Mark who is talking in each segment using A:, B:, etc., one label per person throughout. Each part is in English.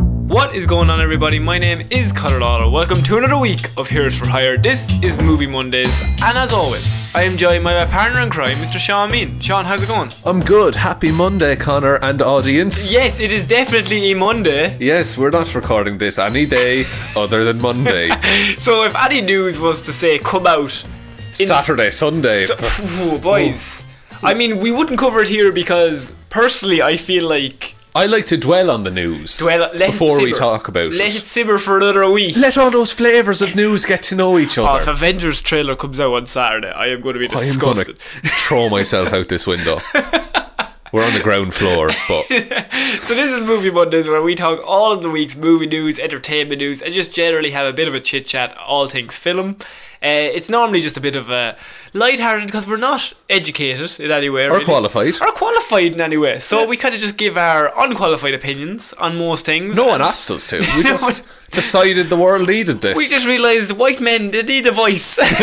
A: What is going on, everybody? My name is Colorado. Welcome to another week of Heroes for Hire. This is Movie Mondays, and as always, I am joined by my partner in crime, Mr. Sean Mean. Sean, how's it going?
B: I'm good. Happy Monday, Connor and audience.
A: Yes, it is definitely a Monday.
B: Yes, we're not recording this any day other than Monday,
A: So if any news was to say come out,
B: Saturday, Sunday.
A: phew, boys,
B: Oh.
A: I mean we wouldn't cover it here because personally I feel like
B: I like to dwell on the news
A: well let
B: before
A: it
B: we
A: simmer.
B: talk about
A: let
B: it.
A: it simmer for another week.
B: Let all those flavors of news get to know each
A: Oh, if
B: other.
A: Avengers trailer comes out on Saturday, I am going to be
B: I am gonna
A: disgusted.
B: throw myself out this window. We're on the ground floor, but
A: So this is Movie Mondays where we talk all of the week's movie news, entertainment news, and just generally have a bit of a chit chat, all things film. Uh, it's normally just a bit of a lighthearted because we're not educated in any way,
B: we're
A: really.
B: qualified.
A: or qualified in any way. So we kind of just give our unqualified opinions on most things.
B: No one asked us to. We
A: No
B: just
A: one-
B: decided the world needed this,
A: We just realised white men they need a voice.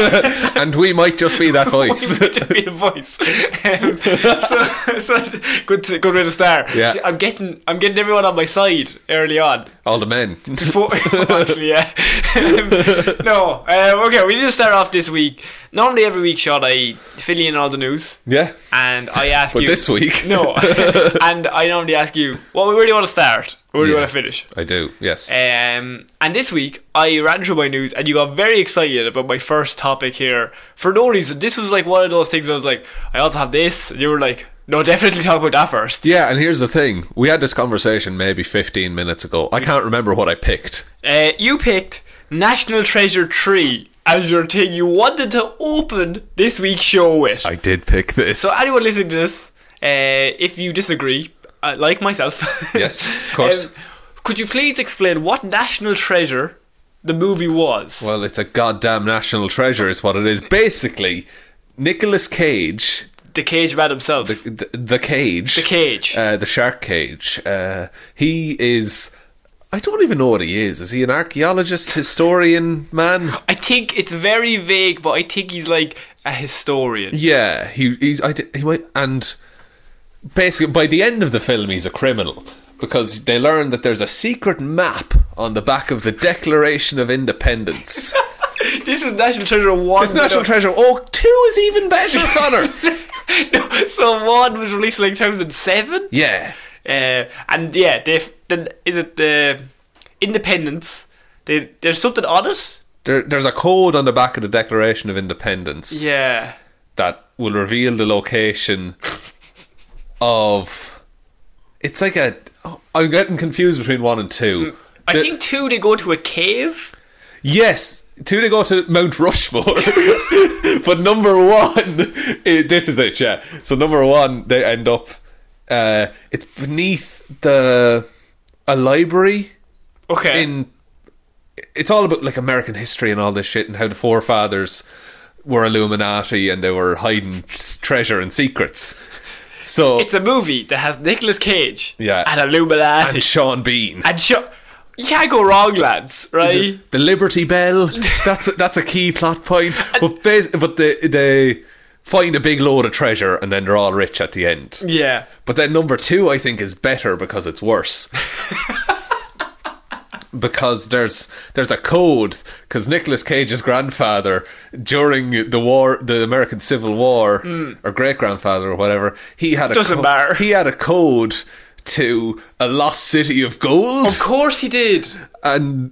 B: and we might just be that voice.
A: We need to be a voice. Um, so, so good, to, good way to start.
B: Yeah.
A: I'm getting, I'm getting everyone on my side early on.
B: all the men.
A: Before, actually, yeah. Um, no, um, okay, we need to start off this week. Normally, every week, Sean, I fill in all the news
B: Yeah,
A: and I ask
B: but
A: you.
B: this week.
A: No, and I normally ask you, well, where do you want to start? Where do you
B: Yeah.
A: want to finish?
B: I do. Yes.
A: Um, and this week, I ran through my news and you got very excited about my first topic here for no reason. This was like one of those things where I was like, I also have this. And you were like, no, definitely talk about that first.
B: Yeah, and here's the thing. We had this conversation maybe 15 minutes ago. I can't remember what I picked.
A: Uh, you picked National Treasure 3 as your thing you wanted to open this week's show with.
B: I did pick this.
A: So, anyone listening to this, uh, if you disagree, uh, like myself,
B: Yes, of course.
A: um, could you please explain what National Treasure the movie was?
B: well, it's a goddamn national treasure is what it is. Basically, Nicolas Cage,
A: The Cage Man himself. The,
B: the, the cage. The
A: Cage.
B: Uh, the shark cage. Uh, he is... I don't even know what he is. Is he an archaeologist, historian, man?
A: I think it's very vague, but I think he's like a historian.
B: Yeah, he he's I, di- he might and basically by the end of the film he's a criminal because they learn that there's a secret map on the back of the Declaration of Independence.
A: This is National Treasure 1.
B: It's National Treasure. Oh, two is even better, Connor.
A: Treasure. so 1 was released like 2007?
B: yeah,
A: Uh, and yeah, they f- then is it the Independence? They, there's something on it.
B: there, there's a code on the back of the Declaration of Independence
A: Yeah,
B: that will reveal the location of. It's like a. oh, I'm getting confused between one and two.
A: I
B: The-
A: think two they go to a cave.
B: Yes, two to go to Mount Rushmore. but number one, i this is it, yeah. So number one, they end up. Uh, it's beneath the a library
A: Okay,
B: in. It's all about like American history and all this shit and how the forefathers were Illuminati and they were hiding s- treasure and secrets. So
A: it's a movie that has Nicolas Cage,
B: Yeah.
A: and Illuminati,
B: and
A: and,
B: Sean Bean.
A: sure, you can't go wrong, lads, right?
B: the Liberty Bell. That's a, that's a key plot point. But bas- but they they find a big load of treasure and then they're all rich at the end.
A: yeah,
B: But then number two, I think, is better because it's worse. because there's there's a code because Nicolas Cage's grandfather during the war, the American Civil War, or great grandfather or whatever, he had a
A: Mm. Doesn't matter.
B: He had a code to a lost city of gold
A: of course he did.
B: and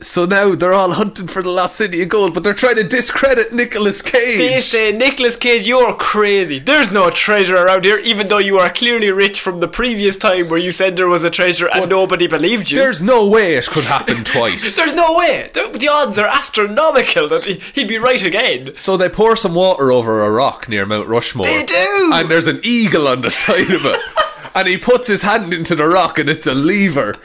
B: so now they're all hunting for the last city of gold, but they're trying to discredit Nicolas
A: They
B: Cage.
A: say Nicolas Cage, you're crazy. There's no treasure around here, even though you are clearly rich from the previous time where you said there was a treasure and nobody believed you.
B: There's no way it could happen twice.
A: There's no way. The, the odds are astronomical that he, he'd be right again.
B: So they pour some water over a rock near Mount Rushmore.
A: They do.
B: And there's an eagle on the side of it. and he puts his hand into the rock and it's a lever.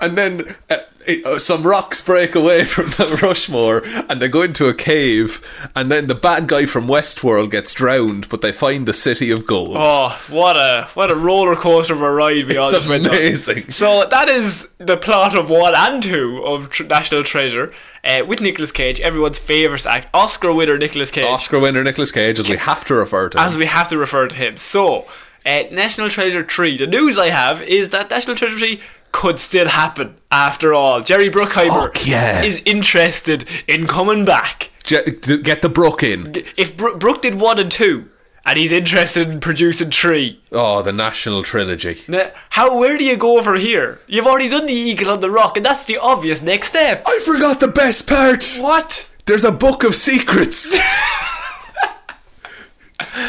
B: and then uh, it- uh, some rocks break away from Mount Rushmore and they go into a cave. And then the bad guy from Westworld gets drowned, but they find the city of gold.
A: Oh, what a what a roller coaster of a ride we all
B: it's
A: just went on.
B: amazing.
A: So that is the plot of one and two of Tr- National Treasure, uh, with Nicolas Cage, everyone's favourite act, Oscar winner Nicolas Cage,
B: Oscar winner Nicolas Cage, as we have to refer to him.
A: as we have to refer to him. So Uh, National Treasure 3. The news I have is that National Treasure 3 could still happen after all. Jerry Bruckheimer
B: Fuck yeah.
A: is interested in coming back.
B: Ge- d- Get the Brook in.
A: If Bro- Brooke did 1 and 2, and he's interested in producing 3,
B: Oh, the National Trilogy.
A: now, how, where do you go from here? You've already done the Eagle on the Rock, and that's the obvious next step.
B: I forgot the best part.
A: What?
B: There's a book of secrets.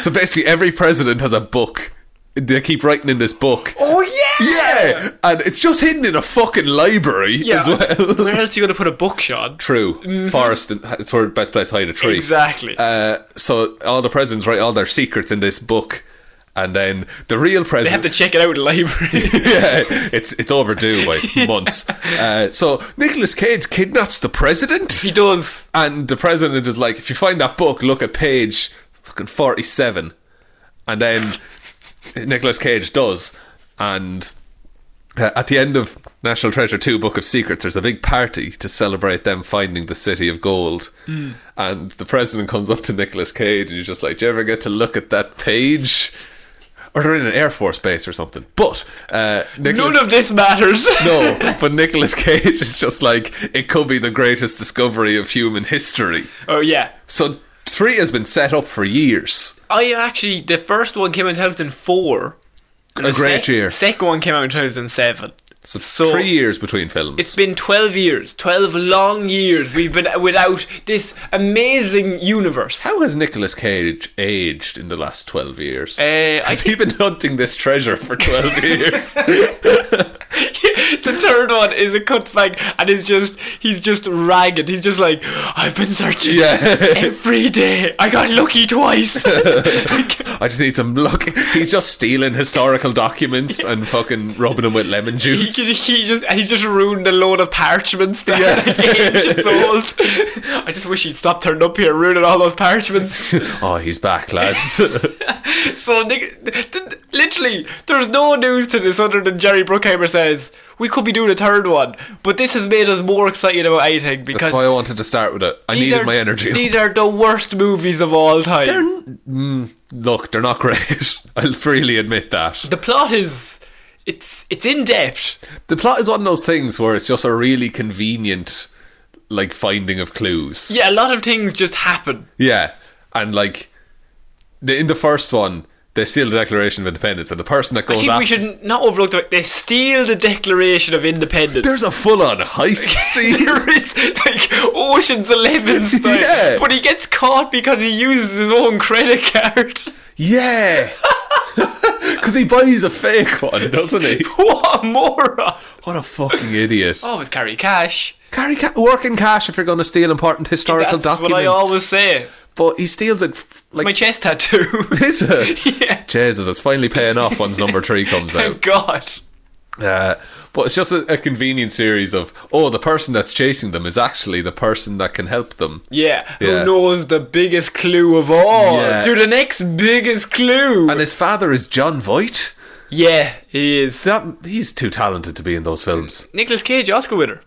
B: so basically, every president has a book. They keep writing in this book.
A: Oh, yeah!
B: Yeah, and it's just hidden in a fucking library as well.
A: Where else are you going to put a book, Sean?
B: True. Forest, and, it's where best place to hide a tree.
A: Exactly.
B: Uh, so all the presidents write all their secrets in this book, and then the real
A: they have
B: president.
A: to check it out in the library.
B: yeah, it's it's overdue by months. Uh, so Nicholas Cage kidnaps the president.
A: he does.
B: And the president is like, if you find that book, look at page fucking 47. And then Nicolas Cage does. And uh, at the end of National Treasure 2 Book of Secrets, there's a big party to celebrate them finding the city of gold. And the president comes up to Nicolas Cage and he's just like, Do you ever get to look at that page? Or they're in an Air Force base or something. But uh, Nicolas-
A: None of this matters.
B: no, but Nicolas Cage is just like it could be the greatest discovery of human history.
A: oh, yeah.
B: So three has been set up for years.
A: I actually the first one came out in 2004. And
B: A
A: the
B: great
A: sec-
B: year.
A: Second one came out in 2007.
B: So,
A: So-
B: three years between films.
A: It's been 12 years, 12 long years we've been without this amazing universe.
B: How has Nicolas Cage aged in the last twelve years?
A: Uh, I
B: has he been hunting this treasure for twelve years?
A: the third one is a cutback and it's just he's just ragged. He's just like I've been searching
B: yeah.
A: every day. I got lucky twice.
B: I just need some luck. He's just stealing historical documents and fucking rubbing them with lemon
A: He,
B: juice.
A: just- he just and he just ruined a load of parchments that
B: Yeah.
A: like, ancients old. I just wish he'd stop turning up here and ruining all those parchments.
B: oh, he's back, lads.
A: So Nick, th- th- literally, there's no news to this other than Jerry Bruckheimer says we could be doing a third one, but this has made us more excited about anything because
B: That's why I wanted to start with it. I
A: these
B: needed
A: are
B: my energy.
A: these are the worst movies of all time.
B: Mm, look, they're not great. I'll freely admit that.
A: the plot is it's it's in depth.
B: The plot is one of those things where it's just a really convenient, like, finding of clues.
A: Yeah, a lot of things just happen.
B: Yeah. And, like, the, in the first one, they steal the Declaration of Independence, and the person that
A: I
B: goes
A: think
B: after.
A: we should not overlook the fact they steal the Declaration of Independence.
B: There's a full on heist scene.
A: there is like Ocean's Eleven style,
B: Yeah.
A: but he gets caught because he uses his own credit card.
B: yeah. Because he buys a fake one, doesn't he?
A: what a moron!
B: What a fucking idiot.
A: Always Oh, carry cash.
B: Carry ca- work in cash if you're going to steal important historical
A: That's
B: documents.
A: what I always say.
B: But he steals it, f- like,
A: My chest tattoo.
B: is it?
A: yeah.
B: Jesus, it's finally paying off once number three comes out.
A: Thank God.
B: Uh, but it's just a, a convenient series of oh, the person that's chasing them is actually the person that can help them.
A: Yeah.
B: Yeah.
A: Who knows the biggest clue of all?
B: Yeah.
A: To the next biggest clue.
B: And his father is John Voight.
A: yeah, he is.
B: That he's too talented to be in those films.
A: Nicholas Cage, Oscar winner,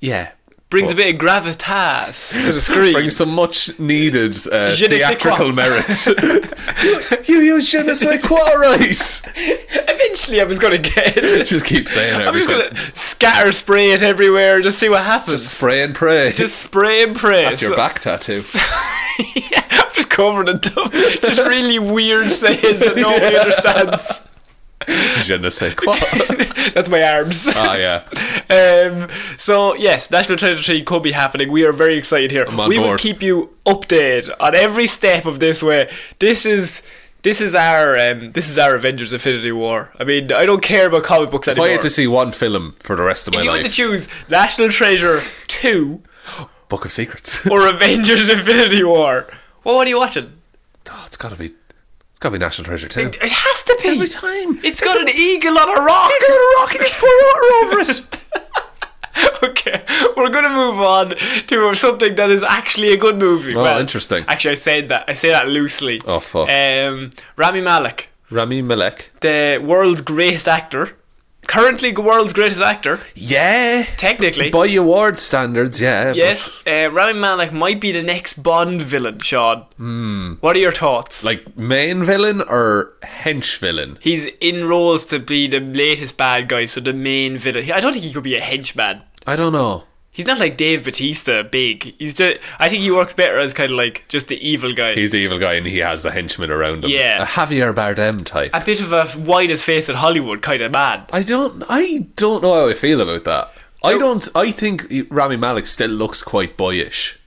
B: Yeah,
A: brings a bit of gravitas to the screen.
B: brings some much needed uh,
A: Je ne sais quoi.
B: theatrical merit. you, you use je ne sais quoi, right?
A: Eventually, I was gonna get it.
B: Just keep saying
A: I'm just gonna
B: everything.
A: scatter spray it everywhere, just see what happens. Just,
B: Spray and pray. Just
A: spray and pray.
B: your
A: So-
B: back tattoo.
A: yeah, I'm just covered in stuff. Just really weird sayings that nobody
B: Yeah.
A: understands.
B: je ne sais quoi.
A: That's my arms.
B: Ah, yeah.
A: Um, so yes, National Treasure Tree could be happening. We are very excited here.
B: on
A: we will
B: board.
A: keep you updated on every step of this way. This is this is our um, this is our Avengers Infinity War. I mean, I don't care about comic books
B: If I
A: anymore.
B: had to see one film for the rest of my
A: you had to
B: life,
A: choose National Treasure Two
B: Book of Secrets.
A: or Avengers Infinity War. Well, what are you watching?
B: Oh, it's gotta be, it's gotta be National Treasure too.
A: It has to be.
B: Every time.
A: It's got an eagle on a rock.
B: water over it.
A: okay, we're gonna move on to something that is actually a good movie.
B: Oh, interesting.
A: Actually, I said that. I say that loosely.
B: Oh,
A: Eh.
B: fuck.
A: Um, Rami Malek,
B: Rami Malek.
A: the world's greatest actor. currently world's greatest actor,
B: Yeah.
A: technically.
B: By award standards, yeah. but
A: yes, uh, Rami Malek might be the next Bond villain, Sean. What are your thoughts?
B: Hmm. Like main villain or hench villain?
A: He's in roles to be the latest bad guy, so the main villain. I don't think he could be a henchman.
B: I don't know.
A: He's not like Dave Batista, big. He's just. I think he works better as kind of like just the evil guy.
B: He's the evil guy and he has the henchmen around him.
A: Yeah.
B: A Javier Bardem type.
A: a bit of a wide as face at Hollywood kind of man.
B: I don't. I don't know how I feel about that. I don't. I think Rami Malik still looks quite boyish.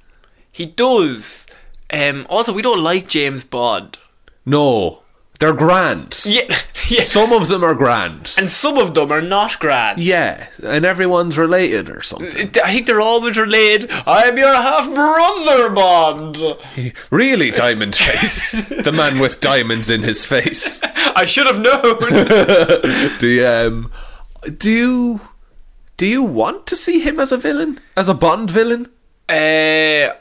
A: He does. Um, also, we don't like James Bond.
B: No, they're grand.
A: Yeah, yeah.
B: Some of them are grand.
A: and some of them are not grand.
B: yeah, and everyone's related or something.
A: I think they're always related. I'm your half brother, Bond.
B: Really, Diamond Face, the man with diamonds in his face.
A: I should have known.
B: The um, do you do you want to see him as a villain, as a Bond villain?
A: uh,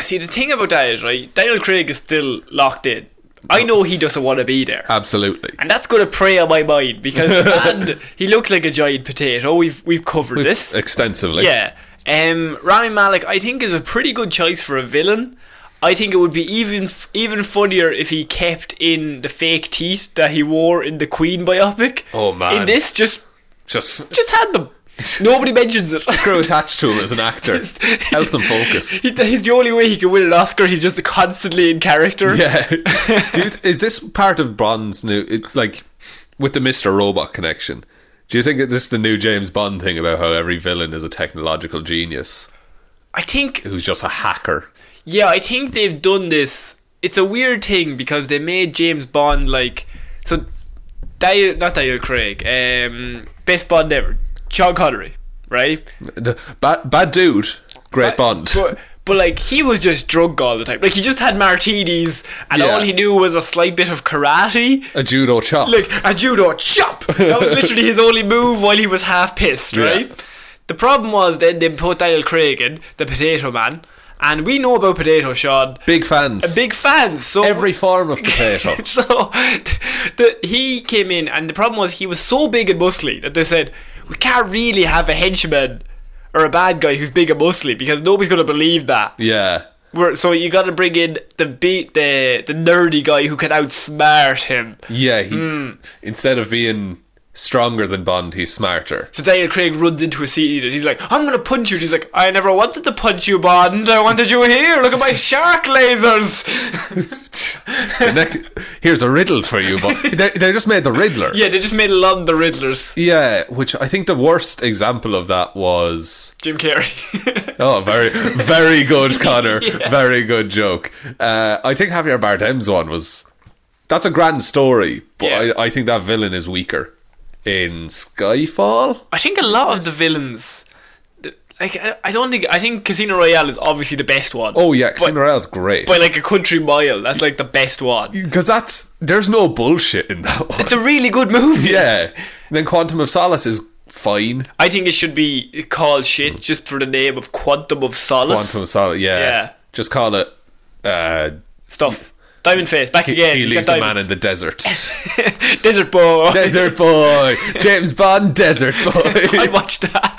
A: see, the thing about that is, right, Daniel Craig is still locked in. I know he doesn't want to be there.
B: Ah. Absolutely.
A: And that's going to prey on my mind because man, he looks like a giant potato. We've we've covered this.
B: Extensively.
A: Yeah. Um, Rami Malik, I think, is a pretty good choice for a villain. I think it would be even f- even funnier if he kept in the fake teeth that he wore in the Queen biopic.
B: Oh, man.
A: In this, just
B: Just
A: just had them. Nobody mentions it.
B: grow attached to him as an actor. Helps him focus.
A: He- He's the only way he can win an Oscar. He's just constantly in character.
B: Yeah. Do you th- is this part of Bond's new, it, like, with the Mr. Robot connection? Do you think that this is the new James Bond thing about how every villain is a technological genius
A: I think
B: who's just a hacker?
A: Yeah, I think they've done this. It's a weird thing because they made James Bond like so. Daniel, not Daniel Craig. Um, best Bond ever, Sean Connery, right?
B: The- Bad, bad dude, great Bond.
A: But but like he was just drunk all the time. Like he just had martinis, and
B: Yeah.
A: all he knew was a slight bit of karate,
B: A judo chop.
A: like a judo chop. That was literally his only move while he was half pissed, right?
B: Yeah.
A: The problem was then they put Daniel Craig in the Potato Man, and we know about Potato Sean.
B: big fans.
A: Big fans, so
B: every form of potato.
A: so the, he came in, and the problem was he was so big and muscly that they said we can't really have a henchman or a bad guy who's big and muscly because nobody's gonna believe that.
B: yeah.
A: We're, so you gotta bring in the big, the the nerdy guy who can outsmart him.
B: Yeah. He, Instead of being stronger than Bond, he's smarter.
A: So Daniel Craig runs into a seat and he's like, "I'm gonna punch you." And he's like, "I never wanted to punch you, Bond. I wanted you here. Look at my shark lasers."
B: The neck- here's a riddle for you, Bond. They, they just made the Riddler.
A: yeah, they just made a lot of the Riddlers.
B: Yeah, which I think the worst example of that was.
A: Jim Carrey.
B: Oh, very, very good, Connor. Very good joke. Uh, I think Javier Bardem's one was. That's a grand story, but
A: Yeah.
B: I, I think that villain is weaker in Skyfall.
A: I think a lot of the villains, th- like I I don't think I think Casino Royale is obviously the best one.
B: Oh yeah, Casino Royale's great
A: by like a country mile, that's like the best one.
B: because that's there's no bullshit in that one.
A: It's a really good movie.
B: yeah, and then Quantum of Solace is fine.
A: I think it should be called shit just for the name of Quantum of Solace
B: Quantum of Solace, yeah,
A: Yeah.
B: just call it. Uh,
A: stuff. Diamond Face back again.
B: he
A: he's
B: leaves
A: got
B: a man in
A: diamonds.
B: the desert.
A: Desert Boy.
B: Desert Boy, James Bond, Desert
A: I
B: Boy.
A: watched that.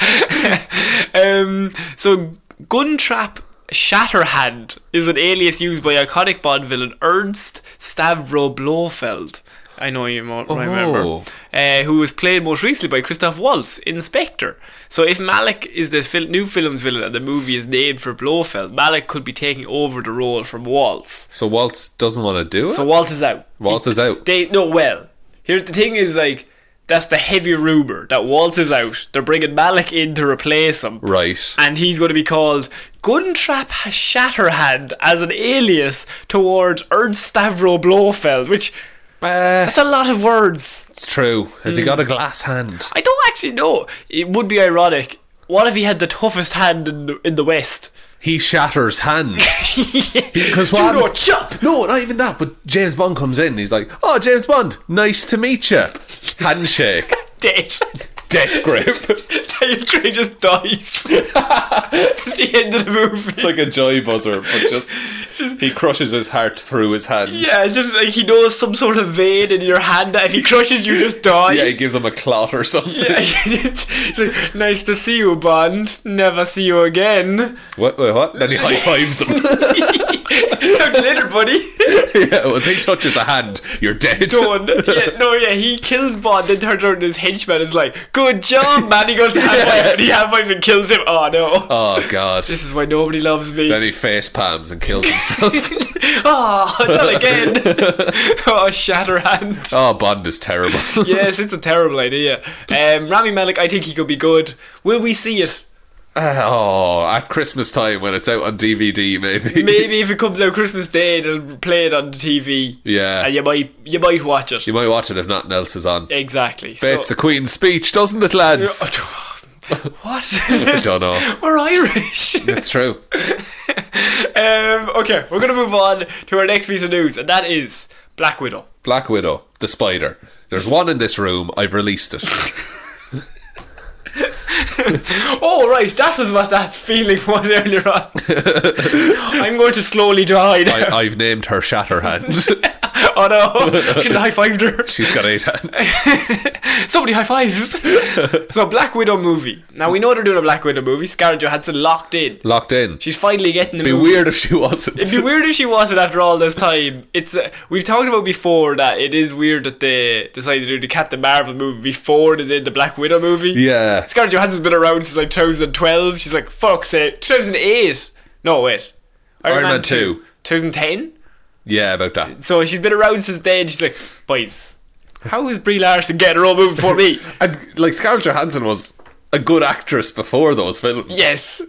A: um, so, Guntrap Shatterhand is an alias used by iconic Bond villain Ernst Stavro Blofeld. I know you might remember.
B: Oh.
A: Uh, who was played most recently by Christoph Waltz in Spectre. So, if Malik is the fil- new film's villain and the movie is named for Blofeld, Malik could be taking over the role from Waltz.
B: so Waltz doesn't want to do it.
A: So, Waltz is out.
B: Waltz is out.
A: They no well. Here the thing is like that's the heavy rumor that Waltz is out. They're bringing Malik in to replace him,
B: right.
A: and he's going to be called Guntrap Shatterhand as an alias towards Ernst Stavro Blofeld, which
B: Uh,
A: that's a lot of words.
B: it's true. Has
A: Hmm.
B: he got a glass hand?
A: I don't actually know. It would be ironic. What if he had the toughest hand in the, in the West?
B: He shatters hands. Because what?
A: Judo chop.
B: No, not even that. But James Bond comes in. He's like, "Oh, James Bond, nice to meet you." Handshake,
A: Dead.
B: death grip. it's
A: Daniel Craig just dies. it's the end of the movie.
B: like a joy buzzer, but just He crushes his heart through his hand.
A: Yeah, it's just like he knows some sort of vein in your hand that if he crushes you, just die.
B: Yeah, he gives him a clot or something.
A: Yeah, it's, it's like, nice to see you, Bond. Never see you again.
B: What? Wait, what? Then he high fives him.
A: Talk later, buddy.
B: yeah, once he touches a hand, you're dead.
A: Bond. Yeah, no, yeah, he kills Bond, then turns around and his henchman is like, Good job, man. He goes to half
B: Yeah.
A: and he half and kills him. Oh, no.
B: Oh god.
A: This is why nobody loves me.
B: Then he face palms and kills himself.
A: oh, not again. oh, Shatterhand.
B: oh, Bond is terrible.
A: Yes, it's a terrible idea. Um, Rami Malek, I think he could be good. Will we see it?
B: oh, at Christmas time when it's out on DVD, maybe.
A: Maybe if it comes out Christmas Day, they'll play it on the TV,
B: Yeah.
A: and you might you might watch it.
B: You might watch it if nothing else is on.
A: Exactly.
B: It's
A: so,
B: the Queen's speech, doesn't it, lads? I
A: what?
B: don't know.
A: We're Irish.
B: It's true.
A: um, okay, we're gonna move on to our next piece of news, and that is Black Widow.
B: Black Widow, the spider. There's one in this room. I've released it.
A: Oh right, that was what that feeling was earlier on. I'm going to slowly die. now.
B: I, I've named her Shatterhand.
A: oh no, she high fived her.
B: She's got eight hands.
A: Somebody high fives. so Black Widow movie. Now we know they're doing a Black Widow movie. Scarlett Johansson locked in.
B: Locked in.
A: She's finally getting the
B: Be
A: movie.
B: weird if she wasn't.
A: It'd be weird if she wasn't after all this time. It's uh, we've talked about before that it is weird that they decided to do the Captain Marvel movie before they did the Black Widow movie.
B: yeah.
A: Scarlett Johansson's been around since like 2012. She's like fuck's sake, 2008. No wait, Iron,
B: Man 2.
A: 2010.
B: Yeah, about that.
A: So she's been around since then. She's like, boys, how is Brie Larson getting her own movie before me?
B: And, like, Scarlett Johansson was a good actress before those films.
A: yes.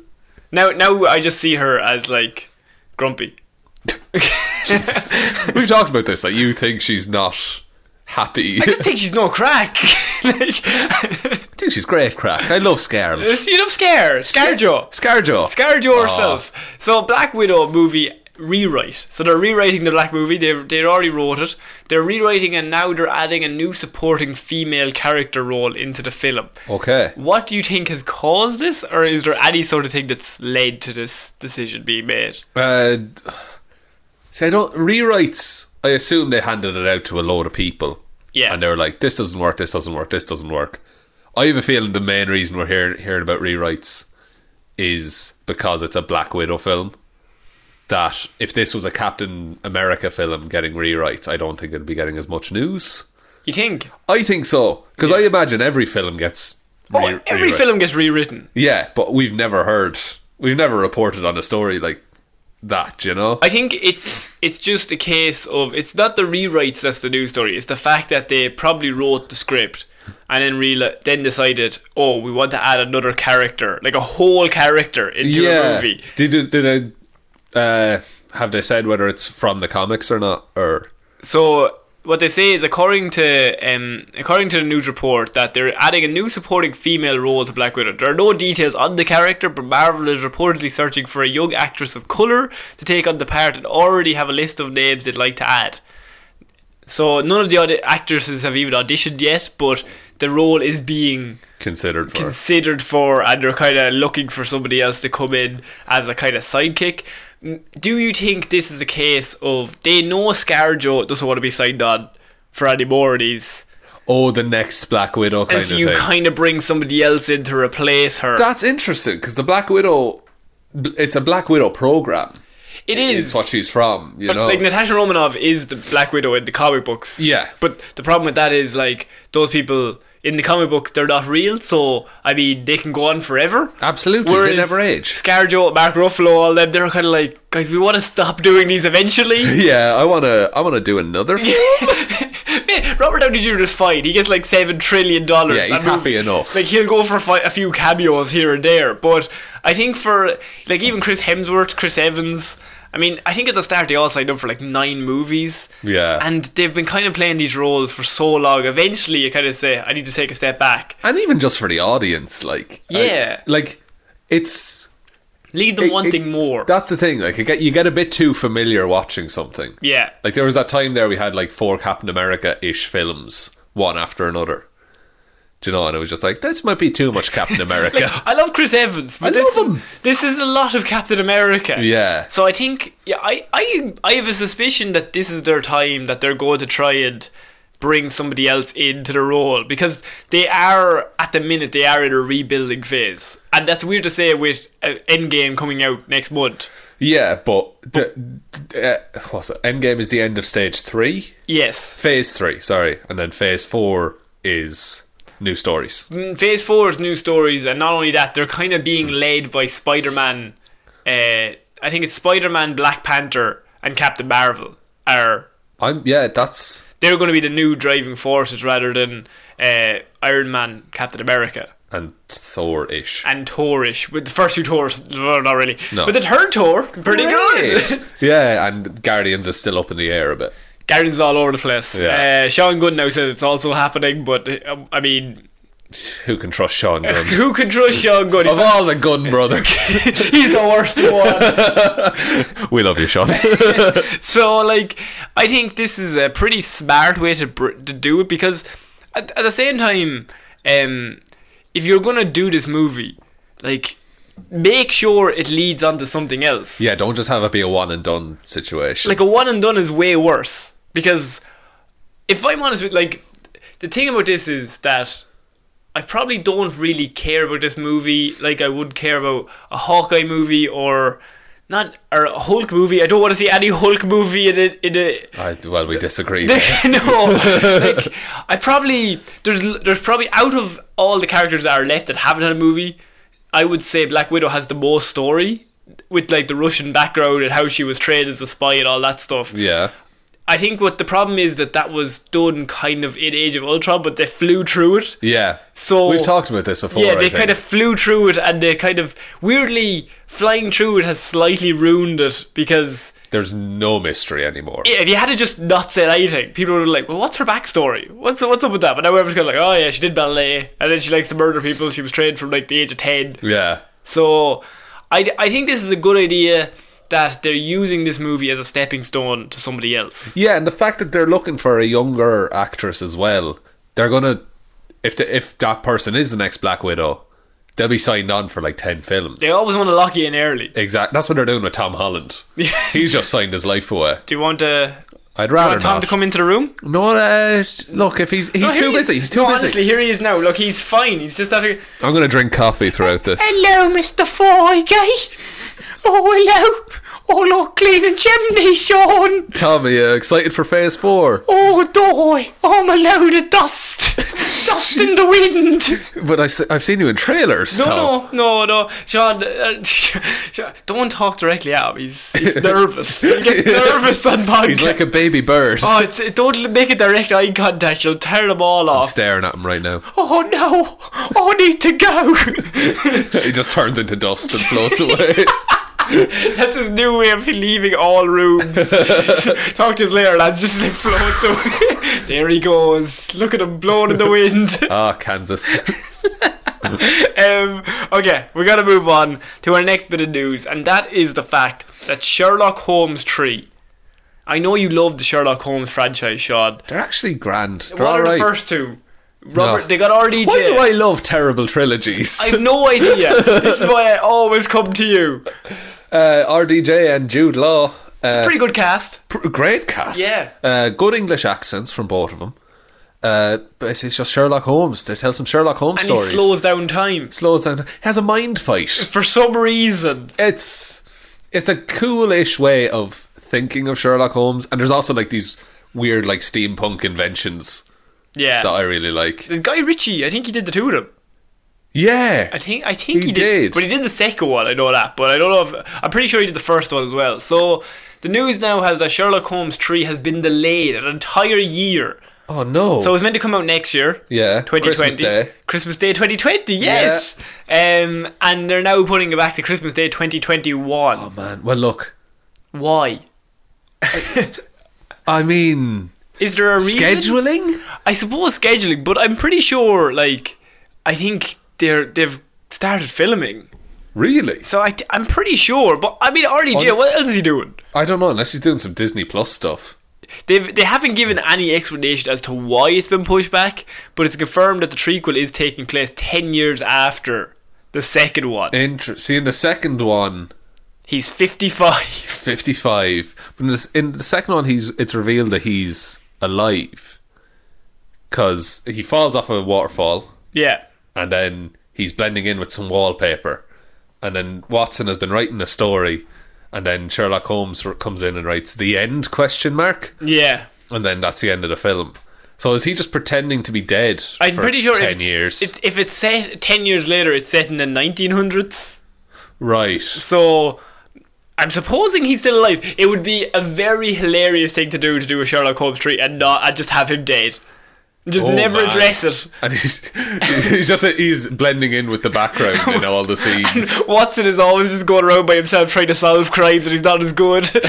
A: Now, now I just see her as like grumpy.
B: We've talked about this, that you think she's not happy.
A: I just think she's no crack. like,
B: I think she's great crack. I love Scarlett.
A: You don't scare. Scarjo.
B: Scarjo.
A: Scarjo herself.
B: Ah.
A: So Black Widow movie rewrite. So they're rewriting the Black movie. They they already wrote it. They're rewriting and now they're adding a new supporting female character role into the film.
B: okay.
A: What do you think has caused this, or is there any sort of thing that's led to this decision being made?
B: Uh, see, I don't rewrites. I assume they handed it out to a load of people.
A: Yeah.
B: and they were like, "This doesn't work. This doesn't work. This doesn't work." I have a feeling the main reason we're hearing hearing about rewrites is because it's a Black Widow film. That if this was a Captain America film getting rewrites, I don't think it'd be getting as much news.
A: You think?
B: I think so because I imagine every film gets.
A: Oh,
B: re-
A: every
B: rewrite.
A: film gets rewritten.
B: Yeah, but we've never heard, we've never reported on a story like that. You know.
A: I think it's it's just a case of it's not the rewrites that's the news story. It's the fact that they probably wrote the script and then real then decided, oh, we want to add another character, like a whole character into a movie.
B: Did did, did I, uh, have they said whether it's from the comics or not? Or
A: So what they say is according to um, according to the news report that they're adding a new supporting female role to Black Widow. There are no details on the character, but Marvel is reportedly searching for a young actress of color to take on the part and already have a list of names they'd like to add. So none of the other actresses have even auditioned yet, but the role is being
B: considered for?
A: considered for and they're kind of looking for somebody else to come in as a kind of sidekick. M- Do you think this is a case of they know Scarjo doesn't want to be signed on for any more of these,
B: oh, the next Black Widow kind
A: and
B: of
A: so you
B: thing.
A: kind of bring somebody else in to replace her?
B: That's interesting because the Black Widow, it's a Black Widow program.
A: it
B: It's
A: is.
B: what she's from. You
A: But
B: know.
A: like Natasha Romanoff is the Black Widow in the comic books.
B: Yeah.
A: But the problem with that is like those people in the comic books they're not real, so I mean they can go on forever.
B: Absolutely, they
A: Whereas
B: never age.
A: Scarjo, Mark Ruffalo, all them, they're kind of like, guys, we want to stop doing these eventually.
B: Yeah, I wanna, I wanna do another. film.
A: Man, Robert Downey Jr. is fine. He gets like seven trillion dollars.
B: Yeah, he's happy enough.
A: Like he'll go for fi- a few cameos here and there, but I think for like even Chris Hemsworth, Chris Evans. I mean, I think at the start they all signed up for like nine movies.
B: Yeah.
A: And they've been kind of playing these roles for so long. Eventually, you kind of say, I need to take a step back.
B: and even just for the audience, like I-
A: Yeah.
B: like it's
A: Leave them
B: it-
A: wanting
B: it-
A: more.
B: That's the thing. Like you get, you get a bit too familiar watching something.
A: yeah.
B: Like there was that time there we had like four Captain America ish films, one after another. Do you know? And I was just like, this might be too much Captain America.
A: I love Chris Evans, but
B: I
A: this,
B: love him.
A: this is a lot of Captain America.
B: Yeah.
A: So I think yeah, I, I I have a suspicion that this is their time that they're going to try and bring somebody else into the role because they are at the minute they are in a rebuilding phase. And that's weird to say with uh, Endgame coming out next month.
B: yeah, but the, uh, what's it? Endgame is the end of stage three,
A: Yes.
B: phase three. Sorry, and then phase four is new stories.
A: Mm, Phase 4 is new stories and not only that they're kind of being led by Spider-Man uh, I think it's Spider-Man, Black Panther and Captain Marvel are
B: I'm yeah, that's
A: they're going to be the new driving forces rather than uh, Iron Man, Captain America,
B: and Thor ish.
A: and Thorish. With the first two Thors, well, not really,
B: No.
A: but the third Tor, pretty good.
B: yeah, and Guardians are still up in the air a bit.
A: Garen's all over the place.
B: Yeah.
A: Uh, Sean Gunn now says it's also happening, but um, I mean,
B: Who can trust Sean Gunn?
A: who could trust Sean Gunn? He's,
B: of all the Gunn brothers,
A: the- he's the worst one.
B: we love you, Sean.
A: so, like, I think this is a pretty smart way to br- to do it because at, at the same time, um, if you're gonna do this movie, like. Make sure it leads on to something else.
B: yeah, don't just have it be a one and done situation.
A: like a one and done is way worse because if I'm honest with like the thing about this is that I probably don't really care about this movie like I would care about a Hawkeye movie or not or a Hulk movie. I don't want to see any Hulk movie in it in a
B: I, well, we disagree.
A: no, like I probably there's there's probably out of all the characters that are left that haven't had a movie, I would say Black Widow has the most story with like the Russian background and how she was trained as a spy and all that stuff.
B: yeah,
A: I think what the problem is that that was done kind of in Age of Ultron, but they flew through it.
B: yeah.
A: So-
B: we've talked about this before.
A: Yeah,
B: I
A: they
B: think.
A: kind of flew through it, and they kind of weirdly flying through it has slightly ruined it because
B: There's no mystery anymore.
A: yeah, if you had to just not said anything, people would have been like, "Well, what's her backstory? What's what's up with that?" But now everyone's kind of like, "Oh yeah, she did ballet, and then she likes to murder people. She was trained from like the age of ten.
B: yeah.
A: So, I, I think this is a good idea that they're using this movie as a stepping stone to somebody else.
B: Yeah, and the fact that they're looking for a younger actress as well, they're gonna if the, if that person is the next Black Widow, they'll be signed on for like ten films.
A: They always want to lock you in early.
B: Exact. That's what they're doing with Tom Holland. He's just signed his life away.
A: Do you want to?
B: I'd
A: Do you
B: rather
A: want Tom
B: not.
A: to come into the room?
B: no, uh, look, if he's he's
A: No, here
B: too
A: he is.
B: busy, he's too
A: no,
B: busy.
A: Honestly, here he is now. Look, he's fine. He's just after.
B: I'm gonna drink coffee throughout this.
A: Hello, Mr. Foy Oh, hello. Oh, look, cleaning chimney, Sean.
B: Tom, are you uh, excited for Phase Four?
A: Oh, doy, I'm a load of dust. dust in the wind.
B: But I, have seen you in trailers.
A: No,
B: Tom.
A: no, no, no. Sean, uh, Sean, don't talk directly at him. He's, he's nervous. He gets nervous on podcast.
B: He's like a baby bird.
A: oh, it's, it- don't make a direct eye contact. You'll tear them all off.
B: Staring at him right now.
A: oh, no. oh, I need to go.
B: He just turns into dust and floats away.
A: That's his new way of leaving all rooms. talk to us later, lads. Just like floats away. there he goes. Look at him blowing in the wind.
B: Ah, Kansas.
A: um, okay, we gotta move on to our next bit of news, and that is the fact that Sherlock Holmes 3. I know you love the Sherlock Holmes franchise, Sean.
B: They're actually grand. They're
A: What
B: all
A: are
B: right.
A: the first two? Robert,
B: No.
A: they got RDJ.
B: Why do I love terrible trilogies?
A: I have no idea. this is why I always come to you.
B: Uh, RDJ and Jude Law. Uh,
A: Pretty good cast.
B: pr- great cast.
A: Yeah.
B: Uh, good English accents from both of them. Uh, but it's- it's just Sherlock Holmes. They tell some Sherlock Holmes
A: And
B: stories.
A: he slows down time.
B: slows down. He has a mind fight.
A: For some reason.
B: It's it's a coolish way of thinking of Sherlock Holmes, and there's also like these weird like steampunk inventions
A: Yeah.
B: that I really like.
A: The Guy Ritchie, I think he did the two of them. I
B: Yeah.
A: think I think he,
B: He
A: did.
B: did.
A: but he did the second one. I know that, but I don't know if I'm pretty sure he did the first one as well. So the news now has that Sherlock Holmes three has been delayed an entire year.
B: Oh no.
A: So it was meant to come out next year.
B: yeah.
A: 2020
B: Christmas Day.
A: Christmas Day 2020 yes um, and they're now putting it back to Christmas Day 2021
B: Oh man. Well, look.
A: why
B: I mean,
A: is there a reason
B: scheduling.
A: I suppose scheduling but I'm pretty sure like I think they're they've started filming
B: Really?
A: so I, I'm pretty sure but I mean RDJ what else is he doing
B: I don't know, unless he's doing some Disney Plus stuff.
A: They've, they haven't given any explanation as to why it's been pushed back, but it's confirmed that the trequel is taking place 10 years after the second one.
B: Inter- see, in the second one,
A: He's 55.
B: 55. But in, this, in the second one, he's it's revealed that he's alive because he falls off a waterfall
A: Yeah.
B: and then he's blending in with some wallpaper. And then Watson has been writing a story, and then Sherlock Holmes r- comes in and writes the end question mark,
A: Yeah.
B: and then that's the end of the film. So is he just pretending to be dead?
A: I'm
B: for
A: pretty sure if,
B: ten years,
A: It, if it's set 10 years later, it's set in the 1900s.
B: right?
A: So I'm supposing he's still alive. It would be a very hilarious thing to do to do a Sherlock Holmes tree and not and just have him dead. Just
B: Oh,
A: never
B: man.
A: address it.
B: And he's, he's just he's blending in with the background in all the scenes.
A: Watson is always just going around by himself trying to solve crimes and he's not as good. I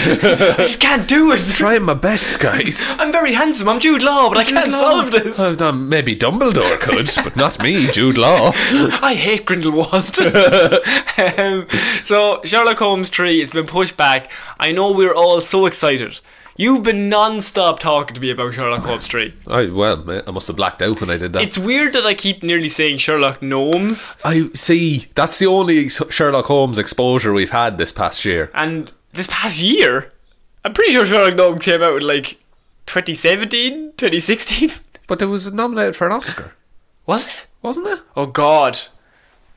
A: just can't do it.
B: Trying my best, guys.
A: I'm very handsome. I'm Jude Law, but I can't solve this.
B: Well, no, maybe Dumbledore could, but not me, Jude Law.
A: I hate Grindelwald. um, so Sherlock Holmes 3, it's been pushed back. I know we're all so excited. You've been non-stop talking to me about Sherlock Holmes 3.
B: I, well, mate, I must have blacked out when I did that.
A: It's weird that I keep nearly saying Sherlock Gnomes,
B: I see. That's the only s- Sherlock Holmes exposure we've had this past year.
A: and this past year, I'm pretty sure Sherlock Gnomes came out in like 2017, 2016.
B: But it was nominated for an Oscar,
A: Was it?
B: wasn't it?
A: Oh God.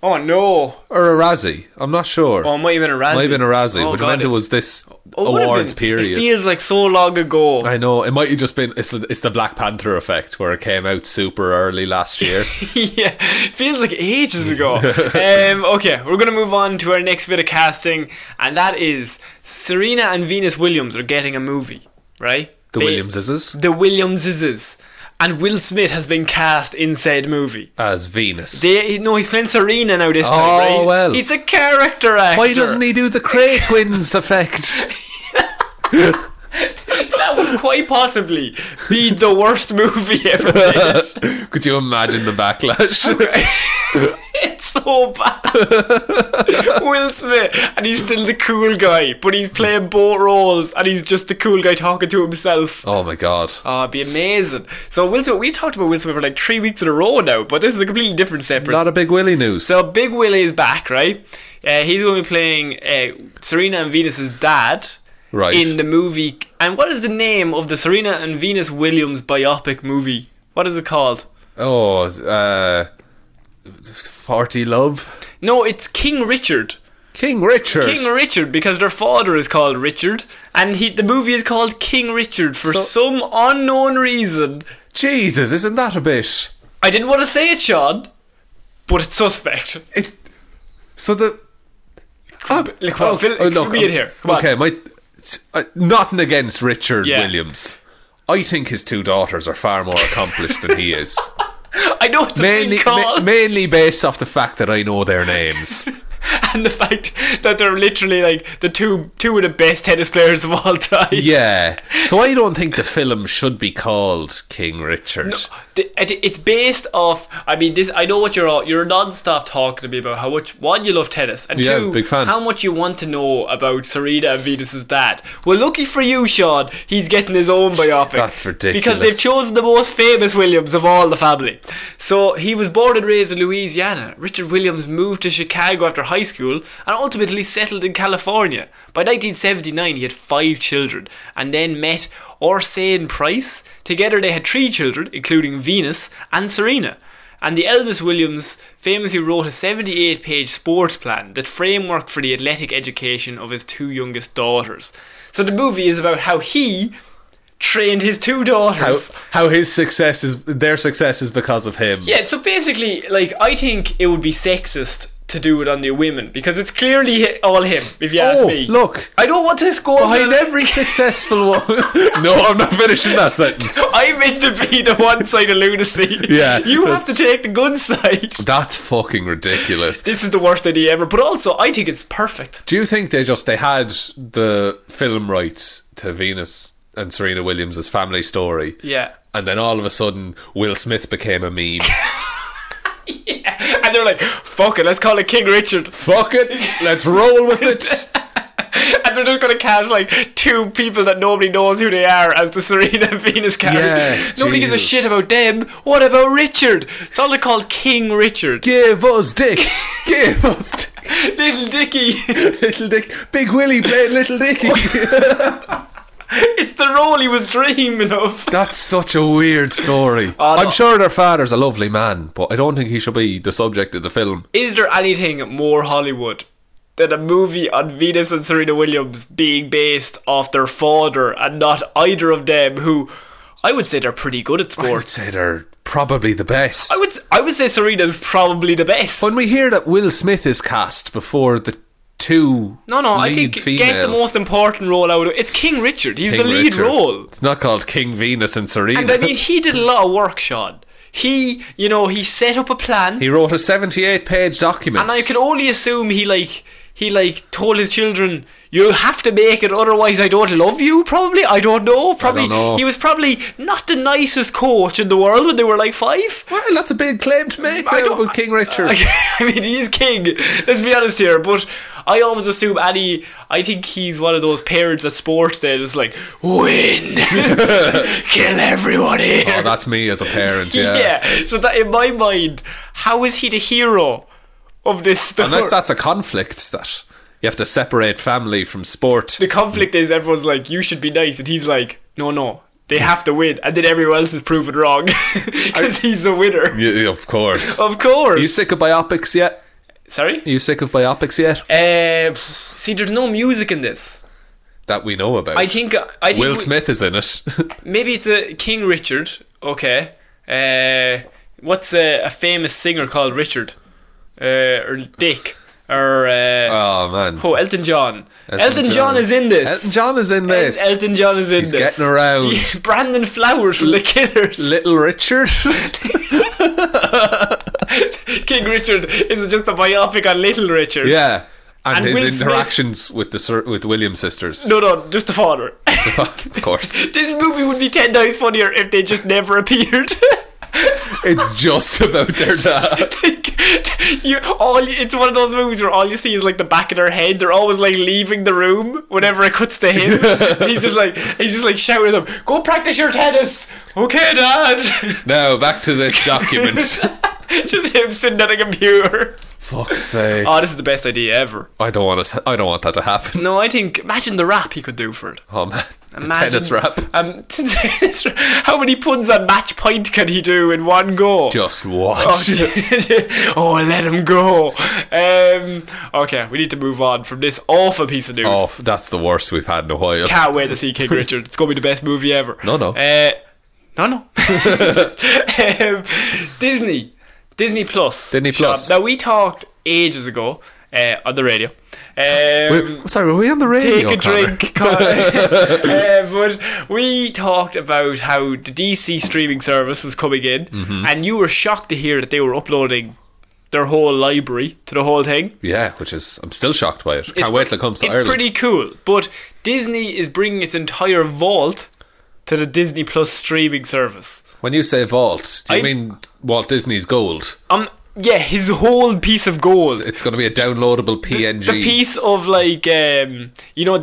A: Oh no.
B: Or a Razzie? I'm not sure.
A: Oh, it might have been a Razzie.
B: Might have been a Razzie,
A: Oh,
B: which
A: God,
B: meant it,
A: it-
B: was this
A: Oh, it would have
B: awards
A: been. It
B: period.
A: feels like so long ago.
B: I know it might have just been it's the, it's the Black Panther effect where it came out super early last year.
A: yeah, feels like ages ago. um, okay, we're gonna move on to our next bit of casting, and that is Serena and Venus Williams are getting a movie, right?
B: the
A: They-
B: Williamses
A: The Williamses, and Will Smith has been cast in said movie.
B: as Venus.
A: They, no, he's playing Serena now this time,
B: Oh,
A: right?
B: well.
A: He's a character actor.
B: Why doesn't he do the Cray twins effect?
A: That would quite possibly be the worst movie ever made.
B: Could you imagine the backlash?
A: it's so bad. Will Smith, and he's still the cool guy, but he's playing both roles, and he's just the cool guy talking to himself.
B: oh my god.
A: Oh, it'd be amazing. So Will Smith, we talked about Will Smith for like three weeks in a row now, but this is a completely different separate.
B: Not a big Willy news.
A: so Big Willie is back, right? Uh, he's going to be playing uh, Serena and Venus's dad.
B: Right.
A: In the movie, and what is the name of the Serena and Venus Williams biopic movie? What is it called?
B: oh, uh, 40 love.
A: No, it's King Richard.
B: King Richard.
A: King Richard because their father is called Richard, and he the movie is called King Richard for
B: So-
A: some unknown reason.
B: Jesus, isn't that a bit?
A: I didn't want to say it, Sean, but it's suspect.
B: It. So the. oh,
A: Look, come on, Phil, fill me in here. Come on.
B: okay, my. it's- uh, nothing against Richard
A: Yeah.
B: Williams. I think his two daughters are far more accomplished than he is.
A: I know it's a
B: Mainly,
A: thing
B: ma-
A: called,
B: mainly based off the fact that I know their names.
A: and the fact that they're literally like the two two of the best tennis players of all time.
B: yeah. So I don't think the film should be called King Richard.
A: The- it- It's based off. I mean, this. I know what you're all. You're non-stop talking to me about how much one you love tennis, and
B: Yeah,
A: two,
B: big fan.
A: how much you want to know about Serena and Venus's dad. Well, lucky for you, Sean, he's getting his own biopic.
B: That's
A: Because
B: ridiculous.
A: they've chosen the most famous Williams of all the family. So he was born and raised in Louisiana. Richard Williams moved to Chicago after high school and ultimately settled in California. By 1979, he had five children and then met Orsane Price. Together, they had three children, including Venus and Serena. And the eldest Williams famously wrote a 78 page sports plan that framework for the athletic education of his two youngest daughters. So the movie is about how he trained his two
B: how,
A: daughters.
B: how his success is their success is because of him.
A: yeah, so basically, like, I think it would be sexist to do it on the women because it's clearly hi- all him, if you ask
B: Oh,
A: me.
B: look.
A: I don't want to score.
B: Behind
A: for-
B: every successful one. no, I'm not finishing that sentence.
A: I'm meant to be the one side of lunacy.
B: Yeah,
A: You have to
B: that's-
A: take the good side.
B: That's fucking ridiculous.
A: This is the worst idea ever, but also, I think it's perfect.
B: Do you think they just they had the film rights to Venus and Serena Williams' family story?
A: Yeah.
B: And then all of a sudden, Will Smith became a meme.
A: Yeah. And they're like, fuck it, let's call it King Richard.
B: Fuck it, let's roll with it.
A: and they're just going to cast like two people that nobody knows who they are as the Serena and Venus character.
B: Yeah,
A: nobody gives a
B: Jesus.
A: shit about them. What about Richard? It's all they called King Richard.
B: Give us dick. Give us dick.
A: Little Dicky.
B: Little Dick. Big Willie played Little Dicky.
A: it's the role he was dreaming of.
B: That's such a weird story.
A: Oh, no.
B: I'm sure their father's a lovely man, but I don't think he should be the subject of the film.
A: Is there anything more Hollywood than a movie on Venus and Serena Williams being based off their father and not either of them who I would say they're pretty good at
B: I would
A: sports.
B: say they're probably the best.
A: I would s- I would say Serena's probably the best.
B: When we hear that Will Smith is cast before the two
A: no, no, I
B: lead
A: think
B: females,
A: get the most important role out of it's King Richard. He's
B: King
A: the lead
B: Richard.
A: role.
B: It's not called King Venus and Serena.
A: And I mean, he did a lot of work, Sean. He, you know, he set up a plan,
B: he wrote a 78-page document.
A: and I can only assume he like he like told his children, "You have to make it, otherwise I don't love you." Probably, I don't know. Probably,
B: know.
A: he was probably not the nicest coach in the world when they were like five.
B: well, that's a big claim to make
A: I
B: uh,
A: don't-
B: with King Richard.
A: I mean, he's king. Let's be honest here. But I always assume any. I think he's one of those parents at sports that is like, win, kill everyone here.
B: oh, that's me as a parent, yeah.
A: yeah. So that in my mind, how is he the hero of this story?
B: Unless that's a conflict that you have to separate family from sport.
A: the conflict is everyone's like, you should be nice, and he's like, no, no. They have to win, and then everyone else is proven wrong because he's a winner.
B: Yeah, of course.
A: Of course.
B: you sick of biopics yet?
A: Sorry.
B: Are you sick of biopics yet?
A: Uh, see, there's no music in this.
B: That we know about.
A: I think uh, I think
B: Will
A: we-
B: Smith is in it.
A: maybe it's a King Richard. Okay. Uh, what's a, a famous singer called Richard? Uh, or Dick? Or uh,
B: oh man.
A: oh, Elton John. Elton, John.
B: John.
A: is in this.
B: Elton John is in
A: El-
B: this.
A: Elton John is in this.
B: getting around.
A: Yeah, Brandon Flowers from The Killers.
B: Little Richard.
A: King Richard is just a biopic on Little Richard.
B: yeah. And,
A: And
B: his
A: Will Smith-
B: interactions with the Sir, with Williams sisters.
A: No, no, just the father.
B: of course.
A: this movie would be ten times funnier if they just never appeared.
B: It's just about their dad.
A: Like, you all you- it's one of those movies where all you see is like the back of their head they're always like leaving the room whenever it cuts to him and he's just like he's just like shouting at them go practice your tennis okay dad
B: Now back to this document.
A: just him sitting at a computer
B: Fuck's sake.
A: oh this is the best idea ever
B: I don't want to, I don't want that to happen.
A: no I think imagine the rap he could do for it
B: Oh man. The
A: Imagine-
B: tennis rap.
A: um, how many puns on match point can he do in one go
B: Just
A: Oh,
B: watch.
A: oh, let him go. Um, okay, we need to move on from this awful piece of news.
B: Oh, that's the worst we've had in a while.
A: Can't wait to see King Richard. It's gonna be the best movie ever.
B: No, no.
A: Uh, no, no. um, Disney, Disney Plus.
B: Disney
A: Sean.
B: Plus.
A: Now we talked ages ago uh, on the radio. Um,
B: Sorry, were we on the radio?
A: Take a
B: Connor?
A: drink, Connor. uh, but we talked about how the DC streaming service was coming in,
B: Mm-hmm.
A: and you were shocked to hear that they were uploading their whole library to the whole thing.
B: Yeah, which is I'm still shocked by it. Can't wait till it comes to
A: it's
B: Ireland.
A: pretty cool. But Disney is bringing its entire vault to the Disney Plus streaming service.
B: When you say vault, do you
A: I-
B: mean Walt Disney's gold?
A: Um, yeah, his whole piece of gold,
B: It's going to be a downloadable PNG.
A: the piece of like, um, you know,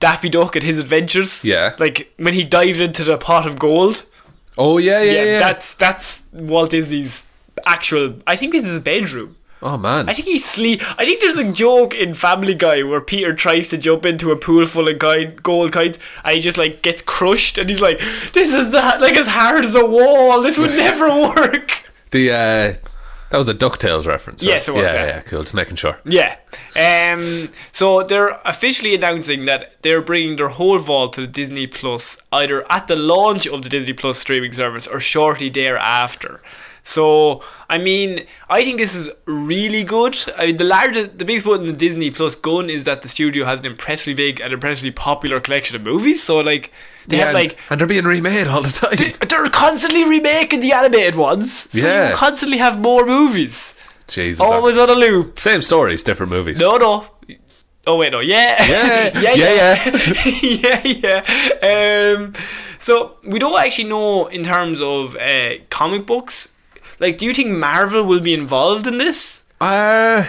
A: Daffy Duck and his adventures.
B: Yeah.
A: like when he dived into the pot of gold.
B: oh yeah, yeah,
A: Yeah,
B: yeah.
A: that's that's Walt Disney's actual. I think this is his bedroom.
B: oh man,
A: I think he sleep. I think there's a joke in Family Guy where Peter tries to jump into a pool full of guy- gold coins, and he just like gets crushed, and he's like, "This is the, like as hard as a wall. This would never work."
B: the uh, that was a Ducktales reference. right?
A: Yes, it was,
B: Yeah,
A: yeah.
B: yeah, cool. Just making sure.
A: Yeah. Um. So they're officially announcing that they're bringing their whole vault to the Disney Plus either at the launch of the Disney Plus streaming service or shortly thereafter. So I mean, I think this is really good. I mean, the largest, the biggest one in the Disney Plus gun is that the studio has an impressively big and impressively popular collection of movies. So like, they
B: yeah,
A: have
B: and,
A: like
B: and they're being remade all the time.
A: they're constantly remaking the animated ones. So
B: Yeah.
A: you constantly have more movies.
B: Jesus,
A: Always
B: that's-
A: on a loop.
B: same stories, different movies.
A: No, no. Oh wait, no. Yeah,
B: Yeah.
A: yeah,
B: Yeah,
A: yeah, yeah, yeah. Um, so we don't actually know in terms of uh, comic books. Like, do you think Marvel will be involved in this?
B: Uh,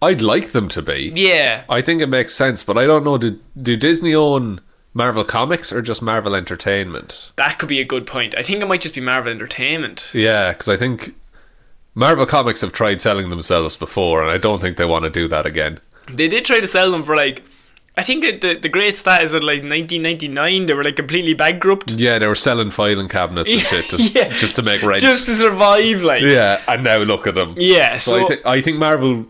B: I'd like them to be.
A: Yeah.
B: I think it makes sense, but I don't know. Do, do Disney own Marvel Comics or just Marvel Entertainment?
A: That could be a good point. I think it might just be Marvel Entertainment.
B: Yeah, because I think Marvel Comics have tried selling themselves before, and I don't think they want to do that again.
A: They did try to sell them for like. I think it- the, the great stat is that like 1999 they were like completely bankrupt.
B: Yeah, they were selling filing cabinets and shit just,
A: Yeah.
B: just to make rent.
A: Just to survive, like.
B: yeah, and now look at them.
A: Yeah,
B: So,
A: so
B: I, th- I think Marvel,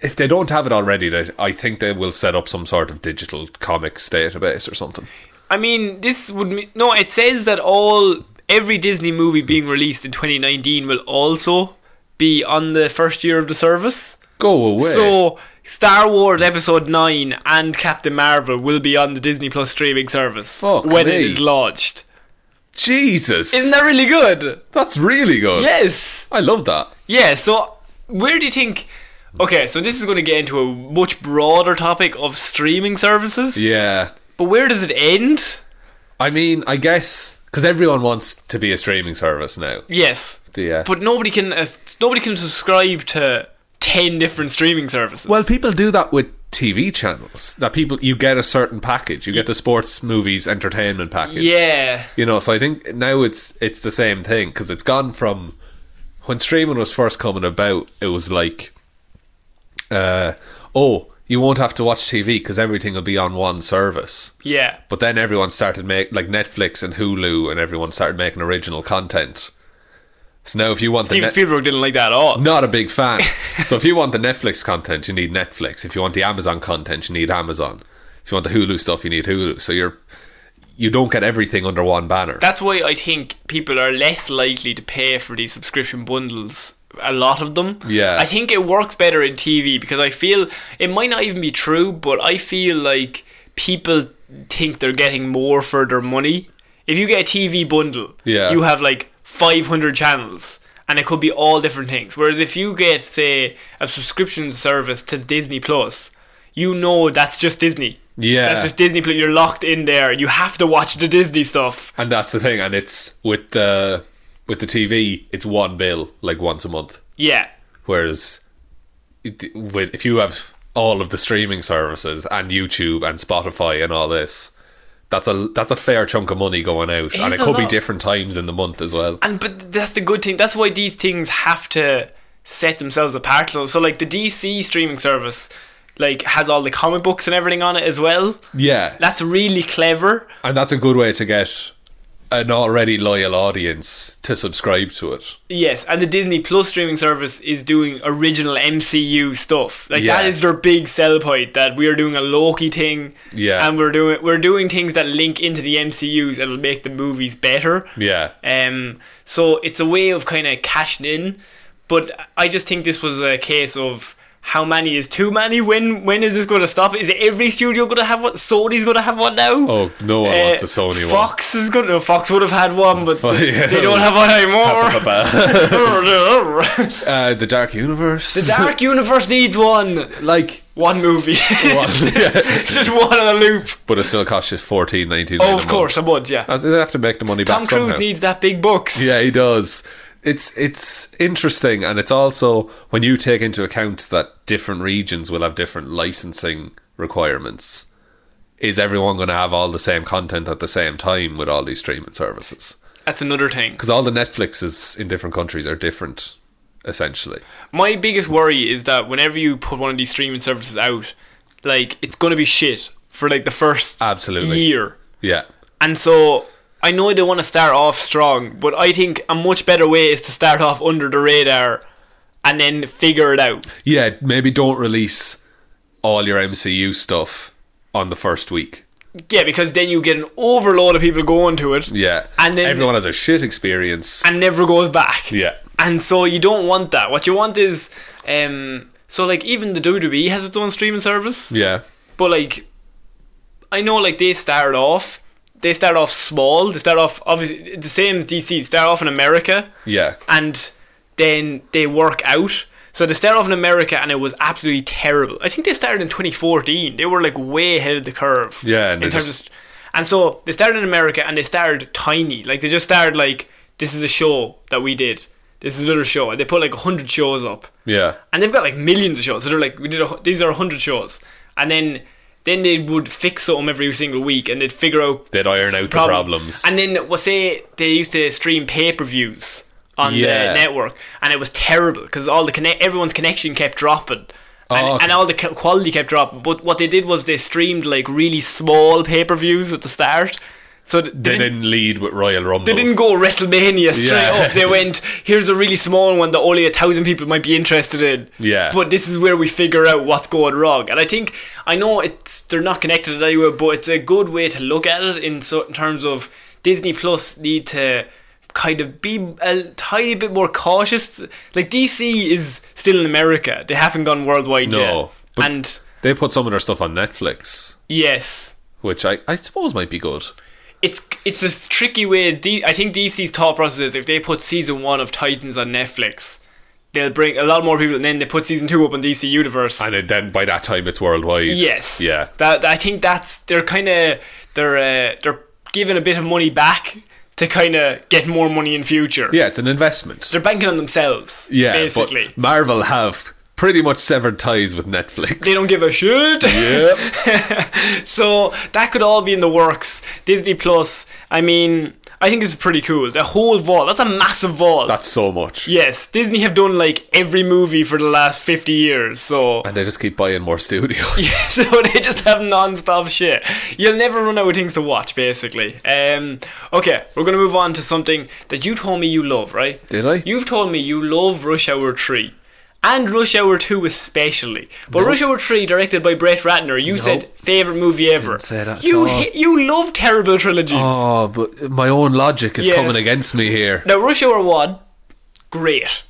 B: if they don't have it already, they, I think they will set up some sort of digital comics database or something.
A: I mean, this would me- no. It says that all every Disney movie being released in 2019 will also be on the first year of the service.
B: Go away.
A: So Star Wars Episode Nine and Captain Marvel will be on the Disney Plus streaming service
B: Fuck
A: when it
B: me.
A: is launched.
B: Jesus,
A: Isn't that really good?
B: that's really good.
A: Yes.
B: I love that.
A: Yeah. So where do you think? Okay, so this is going to get into a much broader topic of streaming services.
B: Yeah,
A: But where does it end?
B: I mean, I guess because everyone wants to be a streaming service now.
A: Yes.
B: Yeah,
A: But nobody can uh, nobody can subscribe to ten different streaming services.
B: Well, people do that with TV channels. That people you get a certain package. You get the sports, movies, entertainment package.
A: yeah,
B: You know, so I think now it's it's the same thing because it's gone from when streaming was first coming about. It was like, uh, oh, you won't have to watch TV because everything will be on one service.
A: yeah,
B: But then everyone started make like Netflix and Hulu, and everyone started making original content. So now, if you want the
A: Steven
B: Net-
A: Spielberg didn't like that at all.
B: not a big fan. so if you want the Netflix content, you need Netflix. If you want the Amazon content, you need Amazon. If you want the Hulu stuff, you need Hulu. So you're you don't get everything under one banner.
A: That's why I think people are less likely to pay for these subscription bundles. A lot of them.
B: Yeah.
A: I think it works better in TV because I feel it might not even be true, but I feel like people think they're getting more for their money. If you get a TV bundle,
B: Yeah.
A: you have like 500 channels and it could be all different things. Whereas if you get, say, a subscription service to Disney Plus, you know that's just Disney.
B: Yeah.
A: That's just Disney Plus. You're locked in there. You have to watch the Disney stuff.
B: and that's the thing. And it's with the with the TV, it's one bill like once a month.
A: Yeah.
B: Whereas it- with- if you have all of the streaming services and YouTube and Spotify and all this. That's a that's a fair chunk of money going out, and
A: is
B: it
A: a
B: could be
A: lot.
B: different times in the month as well.
A: and but that's the good thing. That's why these things have to set themselves apart. So, so, like the DC streaming service, like has all the comic books and everything on it as well.
B: Yeah,
A: That's really clever.
B: And that's a good way to get an already loyal audience to subscribe to it.
A: Yes, and the Disney Plus streaming service is doing original MCU stuff. Like that
B: Yeah.
A: is their big sell point that we are doing a Loki thing.
B: Yeah.
A: And we're doing we're doing things that link into the MCUs and will make the movies better.
B: Yeah.
A: Um, so it's a way of kind of cashing in, but I just think this was a case of how many is too many. When when is this going to stop? Is every studio going to have one? Sony's going to have one now. Uh,
B: Oh, no one wants
A: Eh,
B: a Sony one.
A: Fox is going. to Fox would have had one, but
B: But, yeah.
A: they don't have one anymore.
B: uh,
A: the
B: the Dark Universe.
A: Dark Universe needs one.
B: like.
A: One movie,
B: One, yeah.
A: just one on a loop.
B: But it still costs you fourteen ninety nine.
A: Oh, of course, a month. Yeah,
B: they have to make the money
A: Tom
B: back
A: Cruise
B: somehow.
A: needs that big bucks.
B: Yeah, he does. It's it's interesting, and it's also when you take into account that different regions will have different licensing requirements. Is everyone going to have all the same content at the same time with all these streaming services?
A: That's another thing.
B: Because all the Netflixes in different countries are different, essentially.
A: My biggest worry is that whenever you put one of these streaming services out, like it's gonna be shit for like the first
B: Absolutely.
A: year.
B: Yeah,
A: And so I know they want to start off strong, but I think a much better way is to start off under the radar and then figure it out.
B: yeah. Maybe don't release all your MCU stuff on the first week.
A: Yeah, because then you get an overload of people going to it
B: Yeah,
A: And then-
B: everyone has a shit experience.
A: and never goes back.
B: yeah,
A: And so you don't want that. What you want is um so like even the WWE has its own streaming service.
B: yeah,
A: But like, I know like they start off, they start off small. They start off obviously it's the same as DC. They start off in America,
B: yeah.
A: and then they work out. So they start off in America, and it was absolutely terrible. I think they started in 2014. They were like way ahead of the curve.
B: Yeah, and
A: in
B: they
A: terms
B: just-
A: of, and so they started in America, and they started tiny. Like they just started like this is a show that we did. this is another show, and they put like hundred shows up,
B: Yeah.
A: and they've got like millions of shows. So they're like, we did a, hu- these are hundred shows, and then then they would fix them every single week, and they'd figure out
B: They'd iron out the problems.
A: And then well, say they used to stream pay per views on
B: Yeah.
A: the network, and it was terrible because all the connect everyone's connection kept dropping. And,
B: Oh.
A: and all the ca- quality kept dropping. But what they did was they streamed like really small pay per views at the start. So th-
B: they didn't lead with Royal Rumble.
A: they didn't go WrestleMania straight
B: Yeah.
A: up. They went, here's a really small one that only a thousand people might be interested in.
B: Yeah.
A: But this is where we figure out what's going wrong. And I think I know it's they're not connected in any way, but it's a good way to look at it in certain terms of Disney Plus need to kind of be a tiny bit more cautious. Like DC is still in America. They haven't gone worldwide
B: No,
A: yet.
B: but-
A: and
B: They put some of their stuff on Netflix,
A: yes.
B: which I, I suppose might be good.
A: it's it's a tricky way. D- I think DC's thought process is if they put season one of Titans on Netflix, they'll bring a lot more people, and then they put season two up on DC Universe.
B: And it, then by that time it's worldwide.
A: yes,
B: Yeah.
A: That I think that's they're kind of they're uh, they're giving a bit of money back to kind of get more money in future.
B: Yeah, it's an investment.
A: they're banking on themselves.
B: yeah, but
A: basically.
B: Marvel have pretty much severed ties with Netflix.
A: they don't give a shit.
B: Yep.
A: so that could all be in the works. Disney Plus. I mean, I think it's pretty cool. The whole vault. That's a massive vault.
B: That's so much.
A: Yes, Disney have done like every movie for the last 50 years, so
B: And they just keep buying more studios.
A: so they just have non-stop shit. You'll never run out of things to watch basically. Um okay, we're going to move on to something that you told me you love, right?
B: Did I?
A: You've told me you love Rush Hour 3 and Rush Hour 2 especially. But Rush Hour 3 directed by Brett Ratner, you said favorite movie ever.
B: say that at
A: you
B: all.
A: hi- you love terrible trilogies.
B: Oh, but my own logic is
A: Yes.
B: coming against me here.
A: Now Rush Hour 1 great.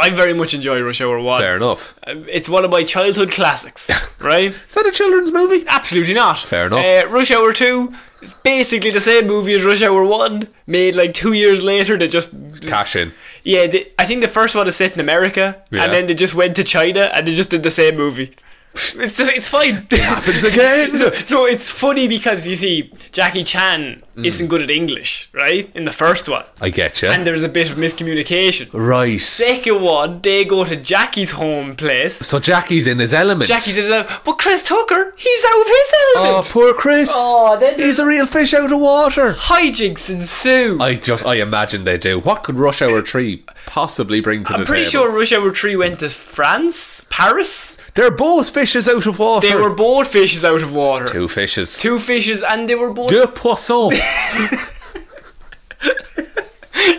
A: I very much enjoy Rush Hour 1.
B: Fair enough.
A: It's one of my childhood classics, right?
B: Is that a children's movie?
A: Absolutely not.
B: Fair enough.
A: Uh, Rush Hour 2 is basically the same movie as Rush Hour 1, made like two years later. They just.
B: Cash in.
A: Yeah, they, I think the first one is set in America,
B: Yeah.
A: and then they just went to China and they just did the same movie. It's, just, it's fine.
B: Happens again.
A: So, so it's funny because you see, Jackie Chan isn't good at English, right? In the first one.
B: Mm. I get you.
A: And uh, there's a bit of miscommunication.
B: right.
A: Second one, they go to Jackie's home place.
B: So Jackie's in his element.
A: Jackie's in his but Chris Tucker, he's out of his
B: Oh,
A: element.
B: poor Chris.
A: Oh, then-
B: He's a real fish out of water.
A: Hijinks ensue.
B: I just, I imagine they do. What could Rush Hour 3 possibly bring to the
A: I'm pretty
B: table?
A: sure Rush Hour 3 went to France, Paris.
B: They're both fishes out of water.
A: They were both fishes out of water. Two,
B: two fishes.
A: fishes, and they were both.
B: Deux poissons.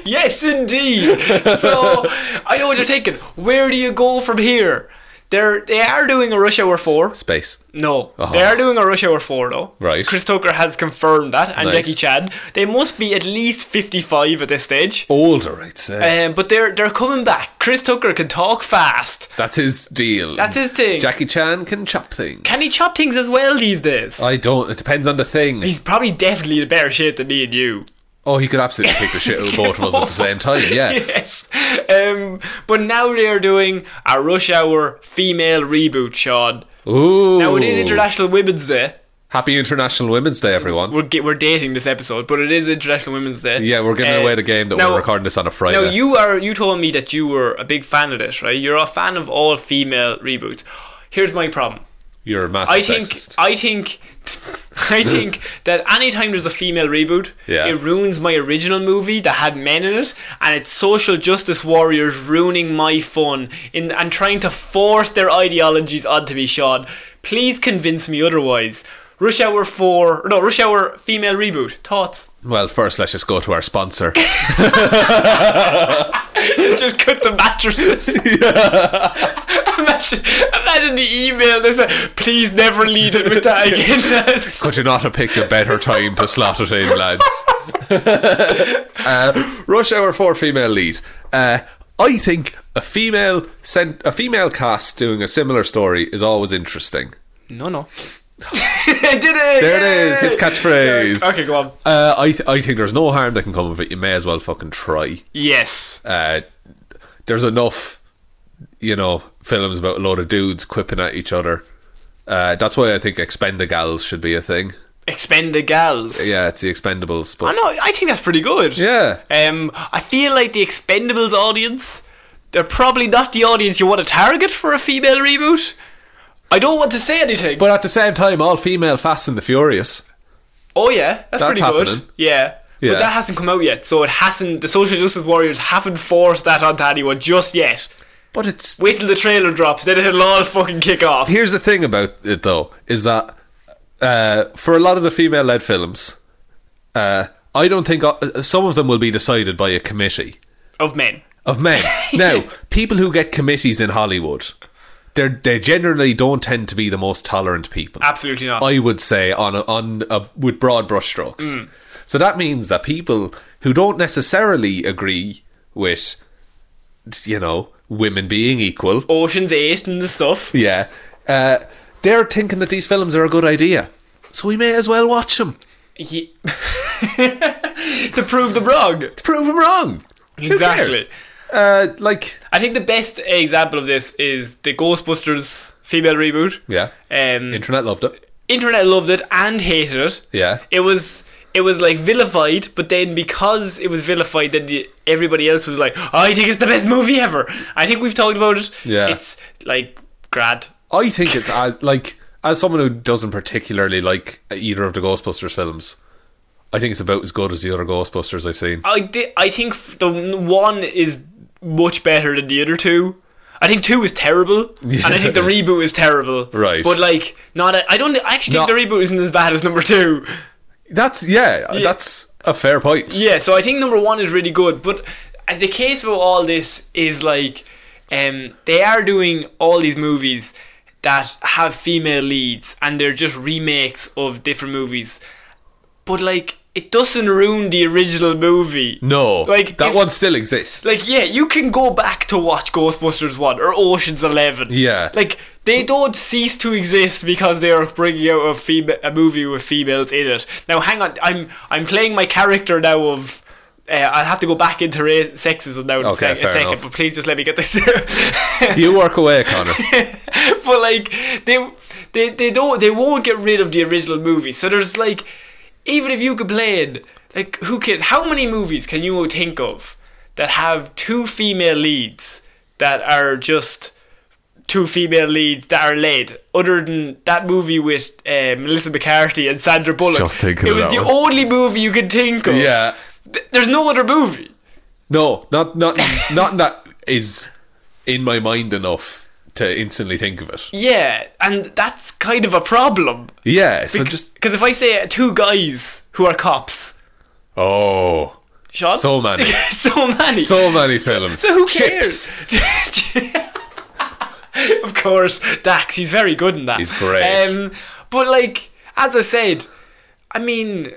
A: Yes, indeed. so, I know what you're thinking. Where do you go from here? They're, they are doing a Rush Hour 4.
B: Space.
A: No. They are doing a Rush Hour 4, though.
B: Uh-huh. Right.
A: Chris Tucker has confirmed that, and
B: Nice.
A: Jackie Chan. They must be at least 55 at this stage.
B: Older, I'd say.
A: Um, but they're they're coming back. Chris Tucker can talk fast.
B: that's his deal.
A: That's his thing.
B: Jackie Chan can chop things.
A: Can he chop things as well these days?
B: I don't. It depends on the thing.
A: He's probably definitely in better shape than me and you.
B: oh, he could absolutely pick the shit out of both of us at the same time. Yeah.
A: Yes. Um, but now they are doing a rush hour female reboot, Sean.
B: Ooh.
A: Now it is International Women's Day.
B: Happy International Women's Day, everyone.
A: We're ge- we're dating this episode, but it is International Women's Day.
B: yeah, we're giving
A: Uh,
B: away the game that
A: now-
B: we're recording this on a Friday.
A: Now you are you told me that you were a big fan of this, right? You're a fan of all female reboots. Here's my problem.
B: You're a massive
A: I think
B: sexist.
A: I think I think that anytime there's a female reboot,
B: Yeah.
A: it ruins my original movie that had men in it, and it's social justice warriors ruining my fun in and trying to force their ideologies onto me, Sean. Please convince me otherwise. Rush Hour Four, no Rush Hour female reboot. Thoughts?
B: Well, first, let's just go to our sponsor.
A: Just cut the mattresses. imagine, imagine the email. They said, "Please never lead it with that again."
B: Could you not have picked a better time to slot it in, lads? uh, Rush Hour Four female lead. Uh, I think a female sent a female cast doing a similar story is always interesting.
A: No, no. I did it!
B: There it is,
A: Yay!
B: his catchphrase.
A: Okay, go on.
B: Uh, I th- I think there's no harm that can come of it. You may as well fucking try.
A: Yes.
B: Uh, there's enough, you know, films about a load of dudes quipping at each other. Uh, that's why I think Expendagals should be a thing.
A: expend the gals.
B: Yeah, it's the Expendables.
A: I
B: But
A: know. I think that's pretty good.
B: yeah,
A: Um, I feel like the Expendables audience, they're probably not the audience you want to target for a female reboot. I don't want to say anything.
B: but at the same time, all female Fast and the Furious.
A: oh yeah, that's,
B: That's
A: pretty
B: happening.
A: good. Yeah.
B: Yeah.
A: But that hasn't come out yet, so it hasn't. The social justice warriors haven't forced that onto anyone just yet.
B: But it's
A: Wait till the trailer drops, then it'll all fucking kick off.
B: here's the thing about it though is that uh, for a lot of the female-led films, uh, I don't think uh, some of them will be decided by a committee.
A: Of men.
B: of men. now, people who get committees in Hollywood, they they generally don't tend to be the most tolerant people.
A: Absolutely not.
B: I would say on a, on a, with broad brushstrokes.
A: Hmm.
B: So that means that people who don't necessarily agree with, you know, women being equal,
A: Ocean's 8 and the stuff.
B: yeah, uh, they're thinking that these films are a good idea. So we may as well watch them.
A: Ye- to prove them wrong.
B: Prove them wrong. Who cares?
A: Exactly.
B: Uh, like,
A: I think the best example of this is the Ghostbusters female reboot.
B: yeah.
A: Um,
B: Internet loved it.
A: internet loved it and hated it.
B: Yeah.
A: It was it was like vilified, but then because it was vilified, then the, everybody else was like, oh, "I think it's the best movie ever." I think we've talked about it.
B: Yeah.
A: It's like grad.
B: I think it's as like as someone who doesn't particularly like either of the Ghostbusters films. I think it's about as good as the other Ghostbusters I've seen.
A: I di- I think f- the n- one is much better than the other two. I think two is terrible, and I think the reboot is terrible.
B: Right.
A: But like, not. A, I don't. I actually
B: Not-
A: think the reboot isn't as bad as number two.
B: That's yeah, that's a fair point.
A: Yeah, so I think number one is really good, but uh, the case with all this is like, um, they are doing all these movies that have female leads, and they're just remakes of different movies, but like it doesn't ruin the original movie.
B: No,
A: Like,
B: that
A: it-
B: one still exists.
A: Like yeah, you can go back to watch Ghostbusters one or Ocean's Eleven.
B: Yeah.
A: Like they don't cease to exist because they are bringing out a female a movie with females in it. Now hang on, I'm I'm playing my character now of. Uh, I'll have to go back into ra- sexism now in a
B: Okay,
A: sec- a
B: fair
A: second,
B: enough.
A: but please just let me get this.
B: you work away, Connor.
A: but like they they they don't they won't get rid of the original movie. So there's like even if you complain, like who cares? How many movies can you think of that have two female leads that are just two female leads that are led other than that movie with uh, Melissa McCarthy and Sandra Bullock?
B: Just thinking
A: it
B: of
A: was
B: that
A: the
B: one.
A: only movie you could think of.
B: yeah,
A: Th- There's no other movie.
B: no, not not not that is in my mind enough to instantly think of it.
A: Yeah, and that's kind of a problem.
B: Yeah, so just
A: Because if I say two guys who are cops,
B: oh,
A: Sean?
B: So many.
A: so many. So,
B: so many films.
A: who
B: Chips.
A: cares? of course, Dax, he's very good in that.
B: He's great.
A: Um, but, like, as I said, I mean,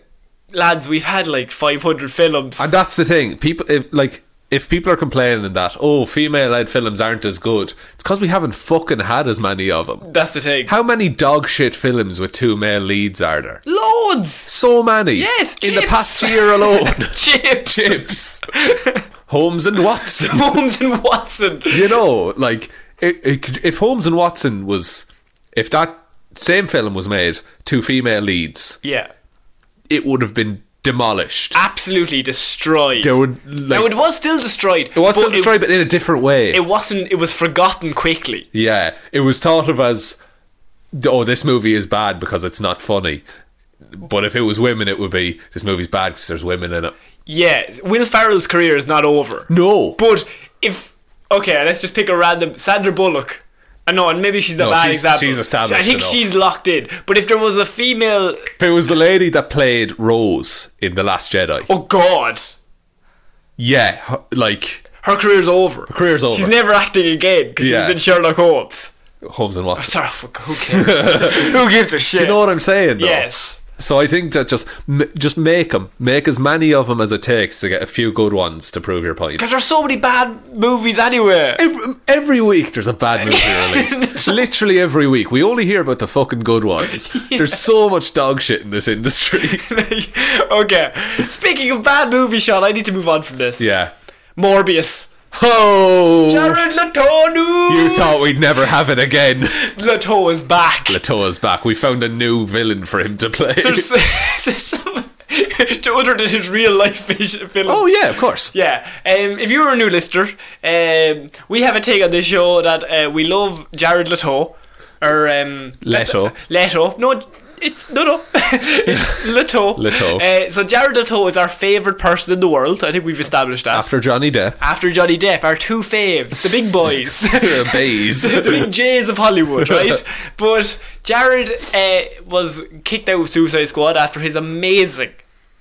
A: lads, we've had like 500 films.
B: And that's the thing. People if, like if people are complaining that oh female-led films aren't as good, it's because we haven't fucking had as many of them.
A: That's the thing.
B: How many dog shit films with two male leads are there?
A: Loads!
B: So many.
A: Yes,
B: in the
A: Chips.
B: past year alone.
A: Chips!
B: Chips, Holmes and Watson.
A: Holmes and Watson.
B: You know, like it, it, could- if Holmes and Watson was, if that same film was made two female leads,
A: Yeah.
B: it would have been demolished.
A: Ah, Absolutely destroyed.
B: There would like
A: now, it was still destroyed.
B: it was
A: but
B: still destroyed, but in a different way.
A: It, it wasn't, it was forgotten quickly.
B: Yeah, it was thought of as, oh, this movie is bad because it's not funny. But if it was women, it would be this movie's bad because there's women in it.
A: Yeah, Will Farrell's career is not over.
B: No,
A: But if okay, let's just pick a random Sandra Bullock. I know, and maybe she's the
B: No,
A: bad
B: she's-
A: example.
B: she's established
A: I think
B: enough.
A: she's locked in. But if there was a female,
B: if it was the lady that played Rose in the Last Jedi,
A: oh god,
B: yeah, her- like
A: her career's over. Her
B: career's over.
A: She's never acting again because she
B: Yeah.
A: was in Sherlock Holmes.
B: Holmes and Watson.
A: Sorry, oh, fuck, who cares? who gives a shit?
B: You know what I'm saying? Though?
A: yes.
B: So I think that just m- just make them, make as many of them as it takes to get a few good ones to prove your point.
A: Because there's so many bad movies anywhere.
B: Every, every week there's a bad movie released. Literally every week. We only hear about the fucking good ones. There's so much dog shit in this industry.
A: okay. Speaking of bad movie, Sean, I need to move on from this.
B: yeah.
A: Morbius.
B: Oh!
A: Jared Leto.
B: You we thought we'd never have it again.
A: Lato is back.
B: Latoa's back. We found a new villain for him to play.
A: There's, there's some, to other than his real life vis- film.
B: oh yeah, of course.
A: Yeah, um, if you're a new listener, um, we have a take on this show that uh, we love Jared Leto, or um, that's-
B: Leto.
A: Leto. No, it's no, no, it's Leto.
B: Leto.
A: Uh, so Jared Leto is our favorite person in the world. I think we've established that.
B: After Johnny Depp,
A: After Johnny Depp, our two faves, the big boys.
B: Bays.
A: the big J's of Hollywood, right? but Jared uh, was kicked out of Suicide Squad after his amazing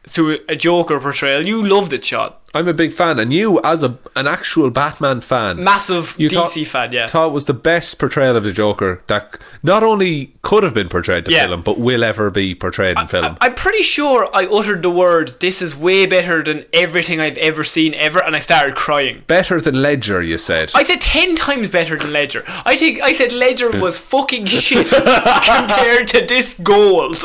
A: su- a Joker portrayal. You loved it, Sean.
B: I'm a big fan, and you, as a an actual Batman fan,
A: Massive
B: you thought-
A: DC fan, yeah.
B: thought it was the best portrayal of the Joker that not only could have been portrayed in
A: Yeah.
B: film, but will ever be portrayed in film.
A: I'm pretty sure I uttered the words, this is way better than everything I've ever seen ever, and I started crying.
B: Better than Ledger, you said.
A: I said ten times better than Ledger. I think I said Ledger was fucking shit compared to this gold.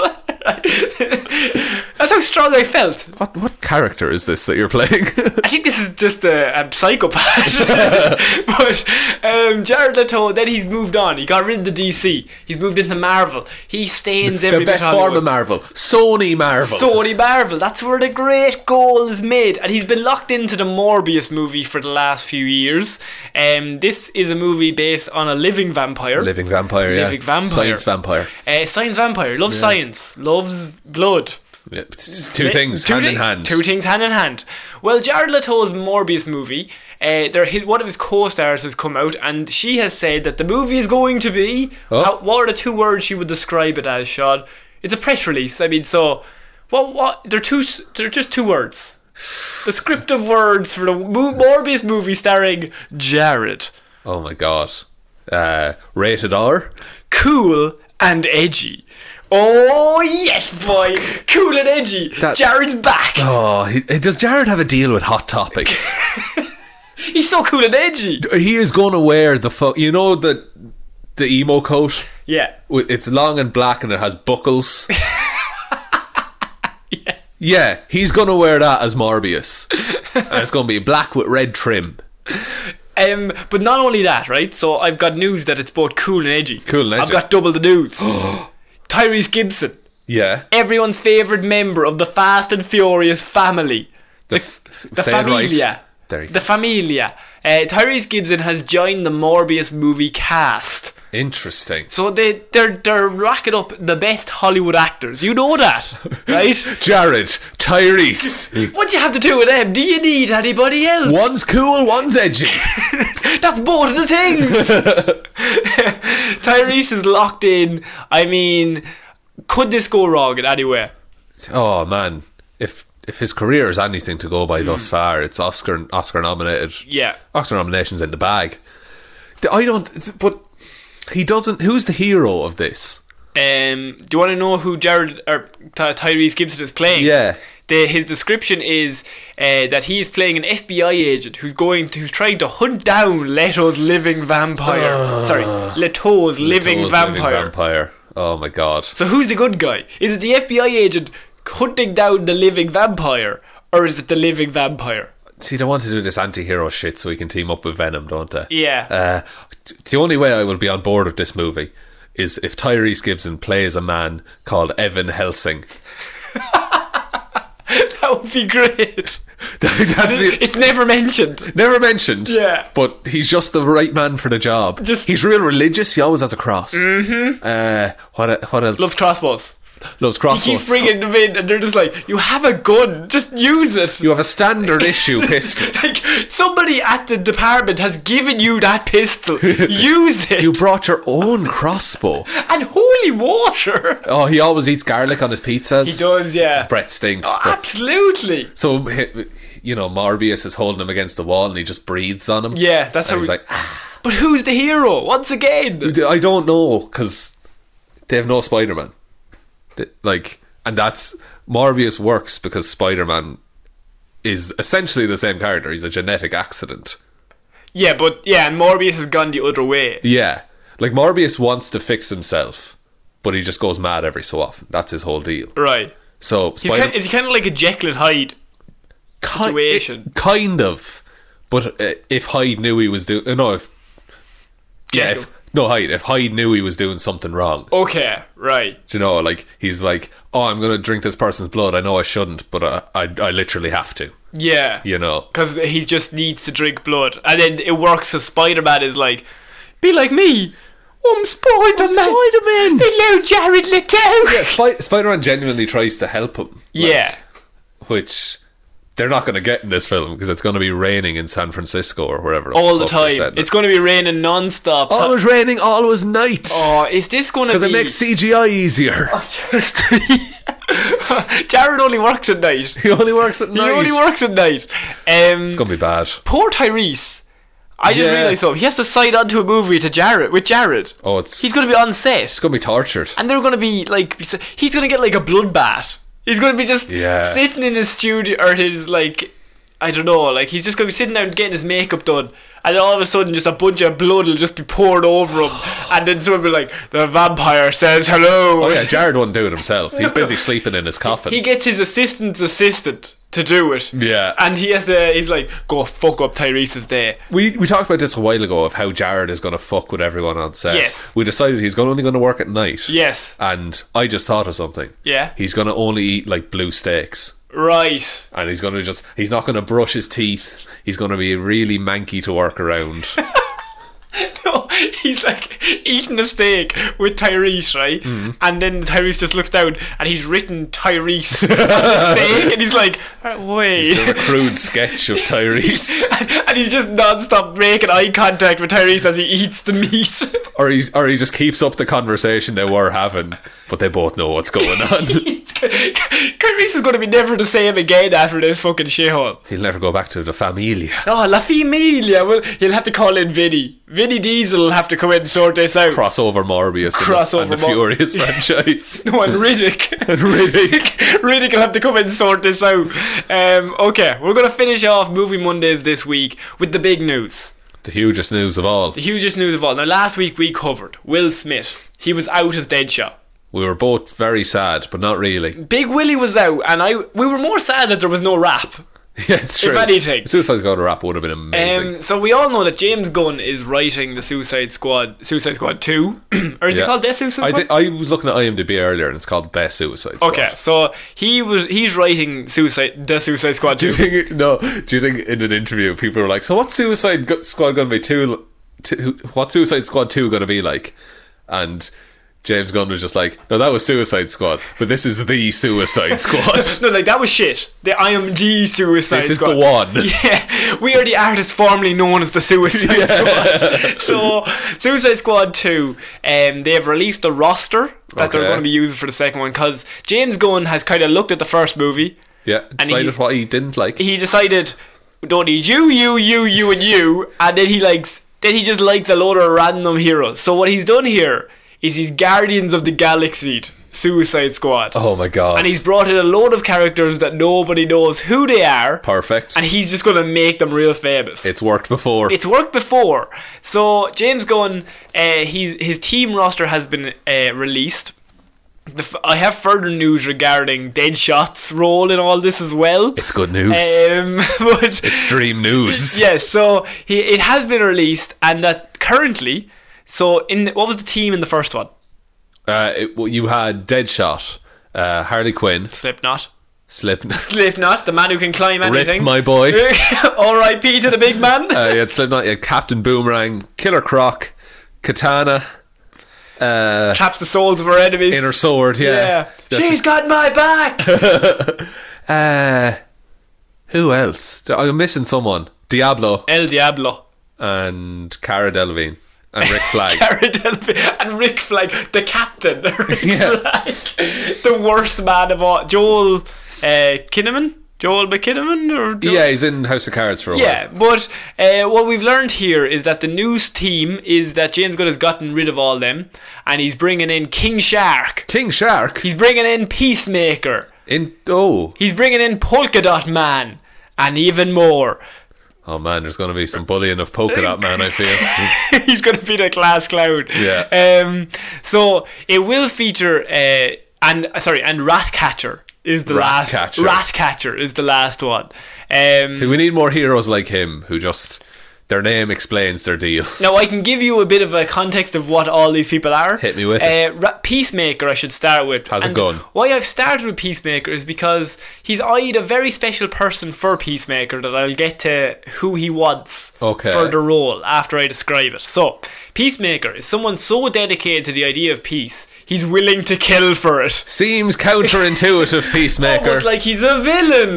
A: That's how strong I felt.
B: what what character is this that you're playing?
A: I think this is just a, a psychopath. but um, Jared Leto, then he's moved on. He got rid of the DC. He's moved into Marvel. He stains every
B: the
A: bit
B: best form of Marvel, Sony Marvel.
A: Sony Marvel. That's where the great goal is made, and he's been locked into the Morbius movie for the last few years. Um, this is a movie based on a living vampire.
B: Living vampire, yeah.
A: Living vampire.
B: Science vampire.
A: Uh, science vampire loves science, loves blood.
B: Yeah, it's two things
A: Eh, Two
B: hand in
A: thi-
B: hand.
A: Two things hand in hand. Well, Jared Leto's Morbius movie, uh, there his, one of his co-stars has come out, and she has said that the movie is going to be.
B: Oh.
A: how- what are the two words she would describe it as, Sean? It's a press release. I mean, so what? What? They're two. s- They're just two words. Descriptive words for the mo- Morbius movie starring Jared.
B: oh my god. Uh, rated R.
A: Cool and edgy. Oh yes, boy! Cool and edgy.
B: That-
A: Jared's back.
B: Oh, he, does Jared have a deal with Hot Topic?
A: He's so cool and edgy.
B: he is going to wear the fuck. You know the the emo coat.
A: Yeah.
B: Wi- It's long and black, and it has buckles. yeah, he's gonna wear that as Morbius, and it's gonna be black with red trim.
A: Um, but not only that, right? So I've got news that it's both cool and edgy.
B: Cool and edgy.
A: I've got double the news. Tyrese Gibson,
B: Yeah,
A: everyone's favorite member of the Fast and Furious family,
B: the,
A: the
B: say it right.
A: Familia.
B: There you go.
A: The Familia. Uh, Tyrese Gibson has joined the Morbius movie cast.
B: Interesting.
A: So they they're they're racking up the best Hollywood actors. You know that, right?
B: Jared, Tyrese.
A: what do you have to do with them? Do you need anybody else?
B: one's cool, one's edgy.
A: That's both of the things. Tyrese is locked in. I mean, could this go wrong in any way?
B: Oh man, if if his career is anything to go by thus far, it's Oscar Oscar nominated.
A: Hmm. Yeah.
B: Oscar nominations in the bag. The- I don't, but he doesn't. Who's the hero of this?
A: Um, do you want to know who Jared or Ty- Tyrese Gibson is playing?
B: Yeah.
A: The, his description is uh, that he is playing an FBI agent who's going to, who's trying to hunt down Leto's living vampire. Sorry, Ah. Leto's living
B: Those
A: vampire.
B: vampire. Oh my god.
A: So who's the good guy? Is it the FBI agent hunting down the living vampire, or is it the living vampire?
B: See, they want to do this anti-hero shit so we can team up with Venom, don't they?
A: Yeah.
B: Uh, t- the only way I will be on board with this movie is if Tyrese Gibson plays a man called Evan Helsing.
A: That would be great.
B: That's it.
A: It's never mentioned.
B: Never mentioned.
A: Yeah.
B: But he's just the right man for the job.
A: Just-
B: he's real religious. He always has a cross. Mm-hmm. Uh, what what else?
A: Loves crossbows.
B: Loves
A: You keep
B: crossbows.
A: freaking them in, and they're just like, "You have a gun, just use it."
B: You have a standard issue pistol.
A: like somebody at the department has given you that pistol. use it.
B: You brought your own crossbow.
A: and holy water.
B: Oh, he always eats garlic on his pizzas.
A: He does, yeah.
B: Brett stinks.
A: Oh,
B: but-
A: Absolutely.
B: So, h- you know, Morbius is holding him against the wall and he just breathes on him.
A: Yeah, that's how.
B: And he's
A: we-
B: like, "Ah,
A: but who's the hero? Once again.
B: I don't know, because they have no Spider Man. Like, and that's. Morbius works because Spider Man is essentially the same character. He's a genetic accident.
A: Yeah, but yeah, and Morbius has gone the other way.
B: Yeah. Like, Morbius wants to fix himself, but he just goes mad every so often. That's his whole deal.
A: Right.
B: So,
A: He's
B: Spider
A: kind, is he kind of like a Jekyll and Hyde?
B: Ki-
A: situation.
B: uh, it- kind of. But uh, if Hyde knew he was doing. No, if yeah,
A: Dead.
B: if, no Hyde. If Hyde knew he was doing something wrong,
A: Okay, right.
B: do you know, like he's like, oh, I'm gonna drink this person's blood. I know I shouldn't, but I, I, I literally have to.
A: Yeah.
B: You know,
A: Because he just needs to drink blood. And then it works as Spider Man is like, be like me. I'm Spider Man.
B: Spider-Man."
A: Hello, Jared Leto.
B: Spi- Spider-Man genuinely tries to help him.
A: yeah.
B: which they're not going to get in this film because it's going to be raining in San Francisco or wherever.
A: All the
B: fuck they're
A: time.
B: setting it.
A: It's going to be raining non stop.
B: always raining, always night.
A: Oh, is this going to
B: Because
A: be.
B: it makes CGI easier.
A: just Jared only works at night.
B: He only works at
A: He
B: night.
A: only works at night. Um,
B: it's going to be bad.
A: poor Tyrese. I just
B: Yeah.
A: realised something. He has to sign on to a movie to Jared with Jared.
B: Oh, it's
A: He's going to be on set,
B: it's going to be tortured.
A: and they're going to be like, he's going to get like a bloodbath. He's going to be just
B: Yeah.
A: sitting in his studio or his like, I don't know, like he's just going to be sitting there and getting his makeup done, and then all of a sudden, just a bunch of blood will just be poured over him, and then someone will be like, the vampire says hello.
B: Oh yeah, Jared won't do it himself. He's busy sleeping in his coffin.
A: he gets his assistant's assistant to do it.
B: Yeah.
A: And he has to, he's like, go fuck up Tyrese's day.
B: we we talked about this a while ago of how Jared is going to fuck with everyone on set.
A: Yes.
B: We decided he's gonna- only going to work at night.
A: Yes.
B: And I just thought of something.
A: Yeah.
B: He's going to only eat like blue steaks.
A: Right.
B: and he's gonna just he's not gonna brush his teeth he's gonna be really manky to work around
A: No, he's like eating a steak with Tyrese, right? And then Tyrese just looks down and he's written Tyrese on the steak and he's like, wait.
B: a crude sketch of Tyrese
A: And, and he's just non-stop making eye contact with Tyrese as he eats the meat.
B: or he's or he just keeps up the conversation they were having but they both know what's going on
A: Tyrese is going to be never the same again after this fucking shithole.
B: he'll never go back to the familia
A: Oh, La Familia. Well, you'll have to call in Vinny. Vinny Diesel will have to come in and sort this out.
B: crossover Morbius
A: Crossover
B: and the, and the
A: Mor-
B: Furious franchise
A: no, and Riddick.
B: Riddick
A: Riddick will have to come in and sort this out. Um, okay, we're going to finish off Movie Mondays this week with the big news.
B: the hugest news of all
A: The hugest news of all. Now, last week we covered Will Smith. He was out as Deadshot.
B: we were both very sad but not really
A: Big Willie was out, and I we were more sad that there was no rap.
B: yeah it's true
A: anything.
B: Suicide Squad rap would have been amazing
A: Um, so we all know that James Gunn is writing the Suicide Squad, Suicide Squad Two, or is
B: Yeah.
A: it called Death Suicide
B: I,
A: Squad?
B: thi- I was looking at IMDb earlier and it's called Best Suicide Squad
A: Okay, so he was he's writing Suicide the Suicide Squad
B: Do you
A: too.
B: think? No. Do you think in an interview people were like, "So what's Suicide Gu- Squad going to be two? two what's Suicide Squad two going to be like?" And James Gunn was just like, "No, that was Suicide Squad, but this is the Suicide Squad.
A: No, like that was shit. The I am the Suicide
B: this is
A: Squad.
B: the one."
A: Yeah, we are the artists formerly known as the Suicide Squad. So, Suicide Squad 2, um, they have released the roster that they're
B: Okay.
A: going to be using for the second one because James Gunn has kind of looked at the first movie.
B: Yeah, decided
A: he-
B: what he didn't like.
A: He decided, don't need you, you, you, you, and you. And then he likes, then he just likes a load of random heroes. So, what he's done here is he's Guardians of the Galaxy Suicide Squad.
B: oh my god!
A: And he's brought in a load of characters that nobody knows who they are.
B: perfect.
A: And he's just going to make them real famous.
B: it's worked before.
A: It's worked before. So James Gunn, uh, he's, his team roster has been uh, released. The f- I have further news regarding Deadshot's role in all this as well.
B: It's good news.
A: Um, but
B: it's dream news.
A: yes, so he, it has been released, and that currently, so in what was the team in the first one?
B: Uh, it, well, you had Deadshot, uh, Harley Quinn, uh,
A: Slipknot.
B: Slipknot.
A: Slipknot, the man who can climb
B: Rip
A: anything.
B: my boy.
A: R.I.P. to the big man.
B: Uh, you had Slipknot, you had Captain Boomerang, Killer Croc, Katana, uh,
A: Traps the souls of our enemies.
B: Inner Sword, yeah.
A: yeah. She's got my back.
B: Uh, who else? I'm missing someone. Diablo
A: El Diablo.
B: and Cara Delevingne and Rick Flag.
A: Cara Delevingne and Rick Flag, the captain. Rick
B: Yeah.
A: Flag, the worst man of all. Joel uh, Kinnaman? Joel McKinnaman? Or Joel?
B: yeah, he's in House of Cards for a
A: Yeah, but uh, what we've learned here is that the news team is that James Gunn has gotten rid of all them and he's bringing in King Shark.
B: while. King Shark
A: He's bringing in Peacemaker.
B: in oh
A: He's bringing in Polka Dot Man. And even more.
B: oh man, there's gonna be some bullying of polka dot man. I feel
A: he's going to be the class clown.
B: Yeah.
A: Um. So it will feature uh and uh, sorry and Ratcatcher is the last
B: Ratcatcher.
A: Ratcatcher is the last one. Um.
B: we need more heroes like him who just Their name explains their deal.
A: Now I can give you a bit of a context of what all these people are.
B: Hit me with
A: uh, Ra- Peacemaker. I should start with.
B: How's it
A: And
B: going?
A: Why I've started with Peacemaker is because he's eyed a very special person for Peacemaker that I'll get to who he wants
B: Okay.
A: for the role after I describe it. So Peacemaker is someone so dedicated to the idea of peace, he's willing to kill for it.
B: Seems counterintuitive, Peacemaker. Hmm?
A: Almost like he's a villain.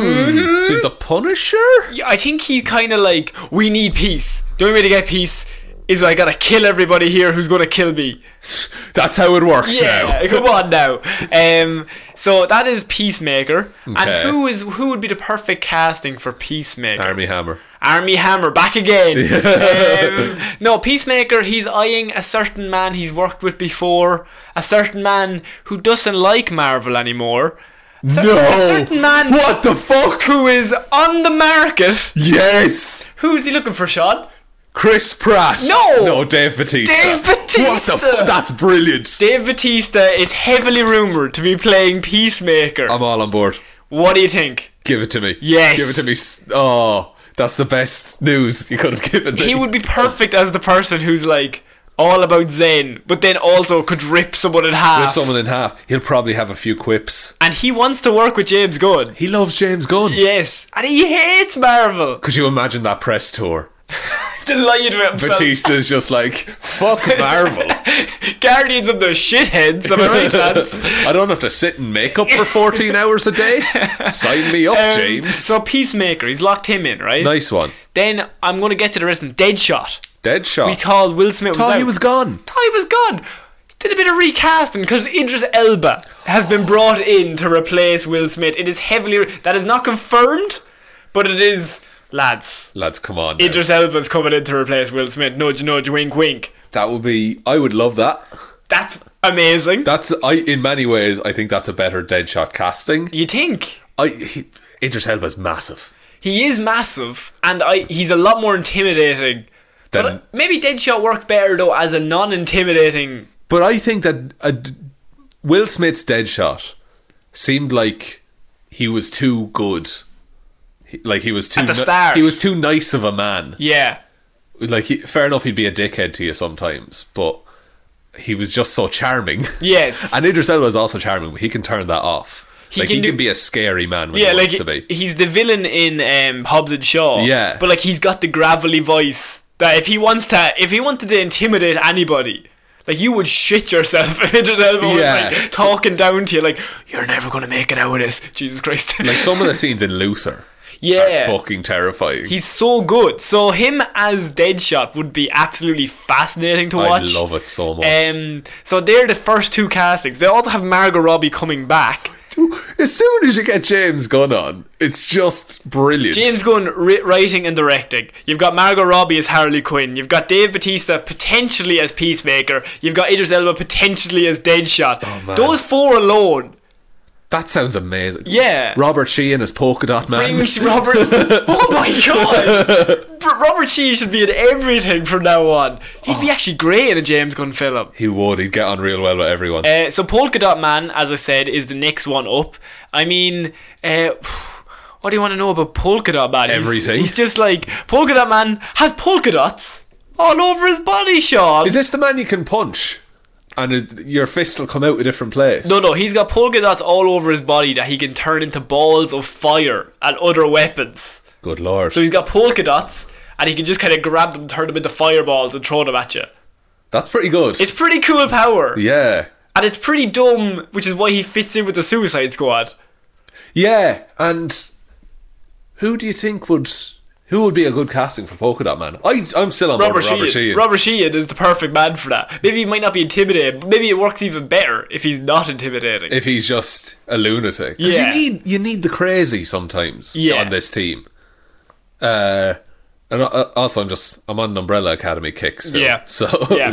B: She's the Punisher?
A: Yeah, I think he's kind of like, we need peace. The only way to get peace is I gotta kill everybody here who's gonna kill me.
B: That's how it works
A: Yeah,
B: now.
A: come on now. Um, so that is Peacemaker,
B: Okay.
A: and who is who would be the perfect casting for Peacemaker?
B: Army Hammer.
A: Army Hammer back again. um, no, Peacemaker, he's eyeing a certain man he's worked with before, a certain man who doesn't like Marvel anymore. Cer- a certain man
B: What the fuck?
A: who is on the market.
B: Yes!
A: Who is he looking for, Sean?
B: Chris Pratt.
A: No!
B: No, Dave Batista.
A: Dave Bautista.
B: What the fu- That's brilliant.
A: Dave Batista is heavily rumored to be playing Peacemaker.
B: I'm all on board.
A: what do you think?
B: Give it to me.
A: Yes.
B: Give it to me. S- Oh, that's the best news you could have given me.
A: He would be perfect as the person who's like all about Zen, but then also could rip someone in
B: Rip
A: half.
B: someone in half. He'll probably have a few quips.
A: And he wants to work with James Gunn.
B: He loves James Gunn.
A: Yes, and he hates Marvel.
B: Could you imagine that press tour?
A: Delighted with himself.
B: Batista's just like, fuck Marvel.
A: Guardians of the shitheads. Am I right, lads?
B: I don't have to sit in makeup for 14 hours a day. Sign me up,
A: Um,
B: James.
A: So Peacemaker, he's locked him in, right?
B: nice one.
A: Then I'm gonna get to the rest. of them. Deadshot.
B: Deadshot.
A: We thought Will Smith was
B: thought
A: out.
B: Oh, he was gone.
A: thought he was gone. Did a bit of recasting because Idris Elba has been brought in to replace Will Smith. It is heavily that is not confirmed, but it is lads.
B: Lads, come on. now.
A: Idris Elba's coming in to replace Will Smith. Nudge, nudge, wink, wink.
B: That would be. I would love that.
A: That's amazing.
B: That's. I. In many ways, I think that's a better Deadshot casting.
A: you think
B: I. He, Idris Elba's massive.
A: he is massive, and I he's a lot more intimidating. but
B: Then-
A: uh, maybe Deadshot works better though as a non-intimidating.
B: But I think that a d Will Smith's Deadshot seemed like he was too good. He- Like he was too
A: At the
B: ni-
A: start.
B: he was too nice of a man.
A: Yeah,
B: Like he, fair enough, he'd be a dickhead to you sometimes, but he was just so charming.
A: yes,
B: and Idris Elba is also charming, but he can turn that off. like
A: can
B: he
A: do-
B: can be a scary man when
A: yeah.
B: he
A: Like
B: wants to be.
A: he's the villain in um, Hobbs and Shaw.
B: Yeah.
A: but like he's got the gravelly voice that if he wants to, if he wanted to intimidate anybody. Like you would shit yourself if Idris Elba was
B: Yeah.
A: like talking down to you, like you're never gonna make it out of this, Jesus Christ.
B: Like some of the scenes in Luther,
A: yeah,
B: fucking terrifying.
A: He's so good. So him as Deadshot would be absolutely fascinating to
B: I
A: watch.
B: love it so much.
A: Um, so they're the first two castings. They also have Margot Robbie coming back.
B: as soon as you get James Gunn on, it's just brilliant.
A: James Gunn ri writing and directing. You've got Margot Robbie as Harley Quinn. You've got Dave Batista potentially as Peacemaker. You've got Idris Elba potentially as Deadshot.
B: man.
A: Those four alone.
B: that sounds amazing.
A: Yeah.
B: Robert Sheehan as Polka Dot Man.
A: Brings Robert. oh my god! Br- Robert Sheen should be in everything from now on. He'd be actually great in a James Gunn film.
B: he would. He'd get on real well with everyone.
A: Uh, so Polka Dot Man, as I said, is the next one up. I mean, uh, what do you want to know about Polka Dot Man? He's-
B: Everything.
A: He's, just like Polka Dot Man has polka dots all over his body, Sean.
B: Is this the man you can punch, and it, your fist will come out a different place?
A: no, no, he's got polka dots all over his body that he can turn into balls of fire and other weapons.
B: Good lord.
A: So he's got polka dots, and he can just kind of grab them, turn them into fireballs, and throw them at you.
B: That's pretty good.
A: It's pretty cool power,
B: yeah.
A: and it's pretty dumb, which is why he fits in with the Suicide Squad.
B: Yeah, and who do you think would who would be a good casting for Polka Dot Man? I, I'm still on board
A: Robert
B: with
A: Sheehan.
B: Robert Sheehan.
A: Robert Sheehan is the perfect man for that. Maybe he might not be intimidating, but maybe it works even better if he's not intimidating.
B: if he's just a lunatic, 'Cause
A: Yeah.
B: you need you need the crazy sometimes
A: Yeah.
B: on this team. Uh, and uh, also, I'm just I'm on an Umbrella Academy kick. Still,
A: Yeah.
B: so
A: yeah.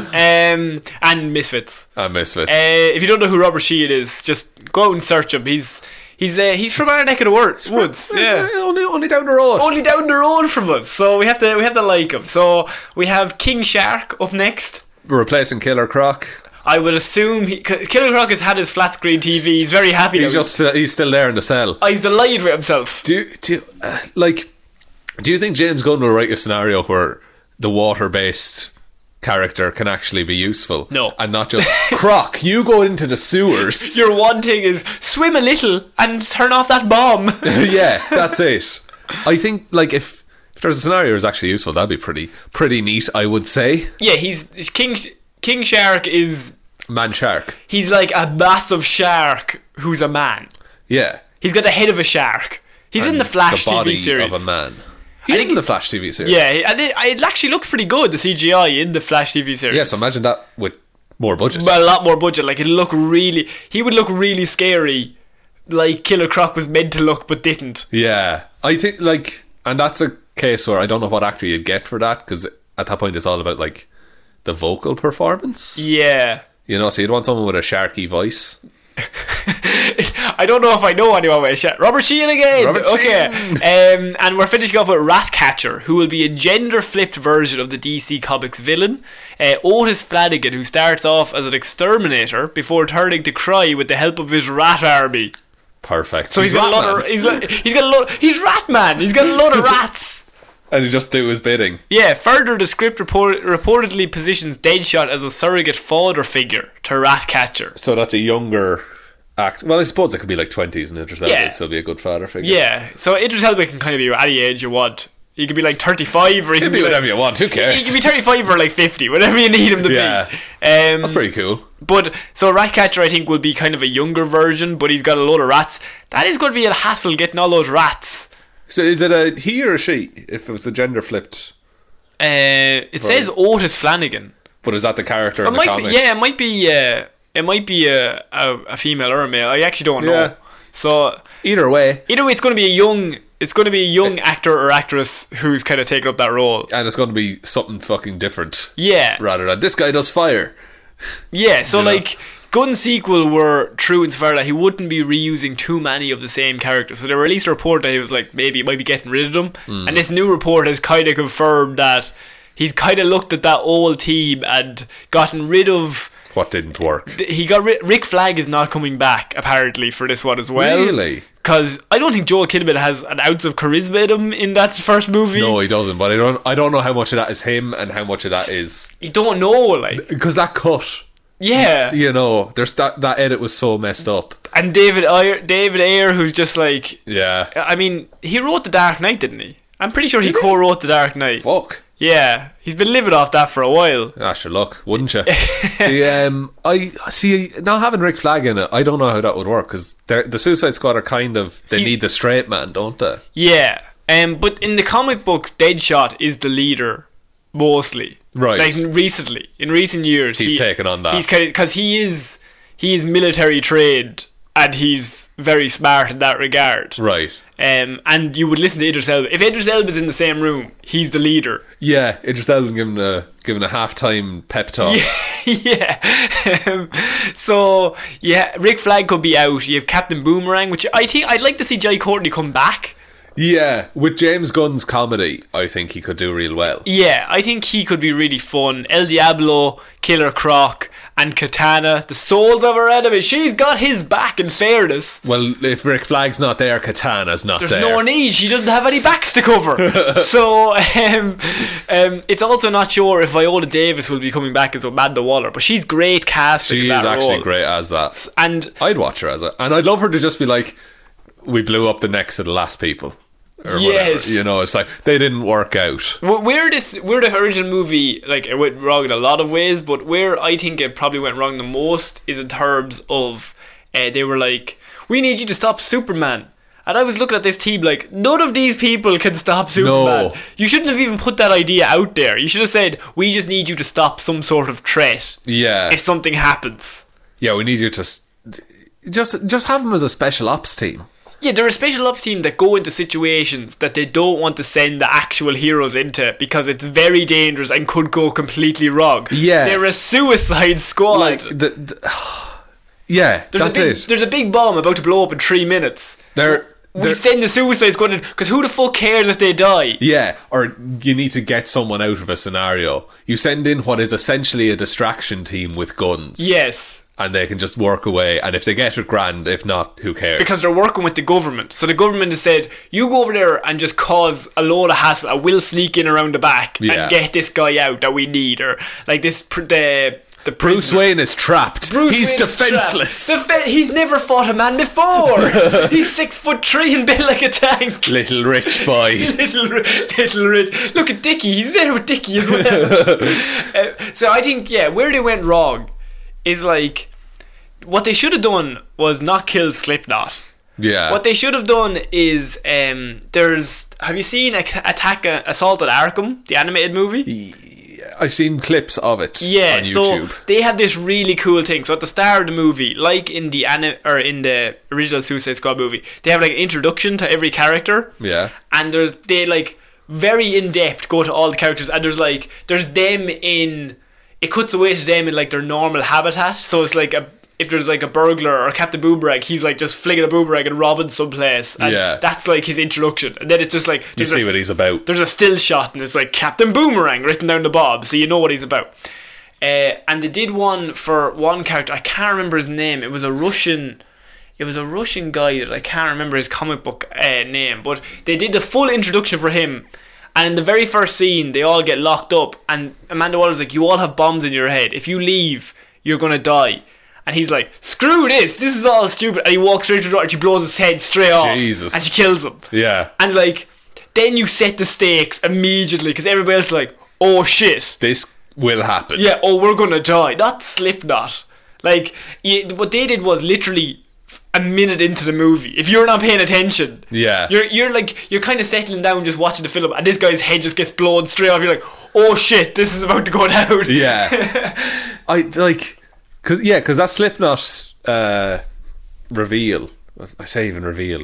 A: Um, and Misfits.
B: I miss it.
A: Uh, if you don't know who Robert Sheehan is, just go out and search him. He's he's uh, he's from our neck of the wor- woods. Yeah.
B: only, only down the road.
A: Only down the road from us, so we have to we have to like him. So we have King Shark up next.
B: We're replacing Killer Croc.
A: I would assume he, K- Killer Croc has had his flat screen TV. He's very happy.
B: He's
A: now.
B: just uh, he's still there in the cell.
A: Oh, he's delighted with himself.
B: Do do uh, like Do you think James Gunn will write a scenario where the water based character can actually be useful?
A: No.
B: And not just, Croc, you go into the sewers.
A: Your one thing is swim a little and turn off that bomb.
B: yeah, that's it. I think, like, if, if there's a scenario that's actually useful, that'd be pretty pretty neat, I would say.
A: yeah, he's King Sh- King Shark is
B: Man Shark.
A: he's like a massive shark who's a man.
B: Yeah.
A: He's got the head of a shark. He's in the Flash
B: the body
A: TV series.
B: of a man. He
A: I
B: is
A: think-
B: in the Flash TV series.
A: Yeah, and it, it actually looks pretty good the CGI in the Flash TV series.
B: Yeah, so imagine that with more budget.
A: but a lot more budget. Like it look really, he would look really scary, like Killer Croc was meant to look but didn't.
B: Yeah, I think like, and that's a case where I don't know what actor you'd get for that because at that point it's all about like the vocal performance.
A: Yeah,
B: You know, so you'd want someone with a sharky voice.
A: I don't know if I know anyone with Sha- Robert Sheehan again.
B: Robert
A: okay, Um, and we're finishing off with Ratcatcher, who will be a gender flipped version of the DC Comics villain uh, Otis Flanagan, who starts off as an exterminator before turning to cry with the help of his rat army.
B: Perfect.
A: So he's got a lot of he's, like- he's got a lot he's Ratman. He's got a lot of rats.
B: and he just do his bidding.
A: Yeah, further, the script report- reportedly positions Deadshot as a surrogate father figure to Ratcatcher.
B: So that's a younger act. Well, I suppose it could be like twenties and Idris Elba
A: Yeah.
B: would still be a good father figure.
A: Yeah, so Idris Elba can kind of be any age you want. He could be like 35 or he
B: You
A: can
B: can be
A: be like,
B: whatever you want. Who
A: he could
B: cares?
A: be 35 or like 50, whatever you need him to
B: Yeah.
A: be. Um,
B: That's pretty cool.
A: But so Ratcatcher, I think, will be kind of a younger version, but he's got a load of rats. That is going to be a hassle getting all those rats.
B: So is it a he or a she? If it was the gender flipped,
A: Uh, it says Otis Flanagan.
B: but is that the character
A: It
B: in the
A: might be,
B: comic?
A: yeah, it might be. Uh, it might be a, a a female or a male. I actually don't know.
B: Yeah.
A: So
B: Either way,
A: either way, it's going to be a young. It's going to be a young actor or actress who's kind of taken up that role.
B: and it's going to be something fucking different.
A: Yeah,
B: Rather than this guy does fire.
A: yeah. So
B: Yeah.
A: like, Gun sequel were true and fair that he wouldn't be reusing too many of the same characters. So they released a report that he was like maybe he might be getting rid of them,
B: Hmm.
A: and this new report has kind of confirmed that he's kind of looked at that old team and gotten rid of.
B: What didn't work?
A: he got ri- Rick Flag is not coming back apparently for this one as well.
B: Really?
A: Because I don't think Joel Kinnaman has an ounce of charisma in him in that first movie.
B: No, he doesn't. But I don't. I don't know how much of that is him and how much of that is
A: you don't know, like
B: because that cut.
A: yeah.
B: You know, there's that that edit was so messed up.
A: And David Ayer, David Ayer, who's just like,
B: Yeah.
A: I mean, he wrote The Dark Knight, didn't he? I'm pretty sure he co-wrote The Dark Knight.
B: Fuck.
A: Yeah, he's been living off that for a while.
B: Ah, sure, look, wouldn't you? the, um, I see. Now having Rick Flag in it, I don't know how that would work because the Suicide Squad are kind of they
A: He-
B: need the straight man, don't they?
A: Yeah. Um, but in the comic books, Deadshot is the leader mostly.
B: Right.
A: Like recently, in recent years,
B: He's taken on that.
A: He's kind because he is he is military trained and he's very smart in that regard.
B: Right.
A: Um, and you would listen to Idris Elba. If Idris Elba's in the same room, he's the leader.
B: Yeah, Idris Elba given a given a halftime pep talk.
A: yeah. Um, so yeah, Rick Flag could be out. You have Captain Boomerang, which I think I'd like to see Jai Courtney come back.
B: yeah, with James Gunn's comedy, I think he could do real well.
A: Yeah, I think he could be really fun. El Diablo, Killer Croc, and Katana, the souls of her enemy. She's got his back in fairness.
B: Well, if Rick Flag's not there, Katana's not
A: There's
B: there.
A: no need. She doesn't have any backs to cover. so um, um, it's also not sure if Viola Davis will be coming back as Amanda Waller, but she's great casting. in
B: She is
A: that
B: actually
A: role.
B: great as that.
A: And
B: I'd watch her as it, and I'd love her to just be like, "We blew up the necks of the last people." Or
A: Yes.
B: whatever. you know, it's like they didn't work out.
A: Wh- Where this, where the original movie like it went wrong in a lot of ways, but where I think it probably went wrong the most is in terms of uh, they were like, "We need you to stop Superman," and I was looking at this team like, none of these people can stop Superman. You shouldn't have even put that idea out there. You should have said, "We just need you to stop some sort of threat
B: Yeah,
A: if something happens."
B: yeah, we need you to s- just just have them as a special ops team.
A: Yeah, they're a special ops team that go into situations that they don't want to send the actual heroes into because it's very dangerous and could go completely wrong.
B: Yeah.
A: They're a suicide squad.
B: Like the, the yeah,
A: there's,
B: that's
A: a big,
B: it.
A: there's a big bomb about to blow up in three minutes.
B: They're,
A: we
B: they're
A: send the suicide squad in because who the fuck cares if they die?
B: yeah, or you need to get someone out of a scenario. You send in what is essentially a distraction team with guns.
A: Yes.
B: and they can just work away. And if they get it, grand. If not, who cares?
A: because they're working with the government. So the government has said, you go over there and just cause a load of hassle. I will sneak in around the back
B: Yeah.
A: and get this guy out that we need, or like this pr- the the
B: Bruce
A: prisoner.
B: Wayne is trapped.
A: Bruce
B: He's
A: Wayne is trapped.
B: defenseless.
A: Defe- he's never fought a man before. he's six foot three and built like a tank.
B: Little rich boy.
A: little, Ri- little Rich. Look at Dickie. He's there with Dickie as well. Uh, so I think, yeah, where they went wrong is like what they should have done was not kill Slipknot.
B: Yeah.
A: What they should have done is um, there's. Have you seen Ac- Attack uh, Assault at Arkham, the animated movie?
B: I've seen clips of it
A: Yeah,
B: on
A: so
B: YouTube.
A: they had this really cool thing. So at the start of the movie, like in the anim- or in the original Suicide Squad movie, they have like an introduction to every character.
B: Yeah.
A: and there's they like very in depth go to all the characters, and there's like there's them in. It cuts away to them in like their normal habitat, so it's like a. If there's like a burglar or Captain Boomerang, he's like just flinging a boomerang and robbing someplace, and
B: Yeah.
A: that's like his introduction. And then it's just like
B: you
A: there's
B: see
A: a,
B: what he's about.
A: there's a still shot and it's like Captain Boomerang written down the bob, so you know what he's about. Uh, and they did one for one character. I can't remember his name. It was a Russian. It was a Russian guy that I can't remember his comic book uh, name, but they did the full introduction for him. And in the very first scene, they all get locked up, and Amanda Waller's like, "You all have bombs in your head. If you leave, you're gonna die." And he's like, "Screw this! This is all stupid." And he walks straight to the door, and she blows his head straight off,
B: Jesus.
A: and she kills him.
B: Yeah.
A: And like, then you set the stakes immediately because everybody else is like, oh shit,
B: This will happen.
A: yeah, oh we're gonna die. Not Slipknot. Like, you, what they did was literally f- a minute into the movie. If you're not paying attention,
B: Yeah.
A: you're you're like you're kind of settling down just watching the film, and this guy's head just gets blown straight off. You're like, oh shit, this is about to go down.
B: Yeah. I like, cause yeah, cause that Slipknot uh, reveal. I say even reveal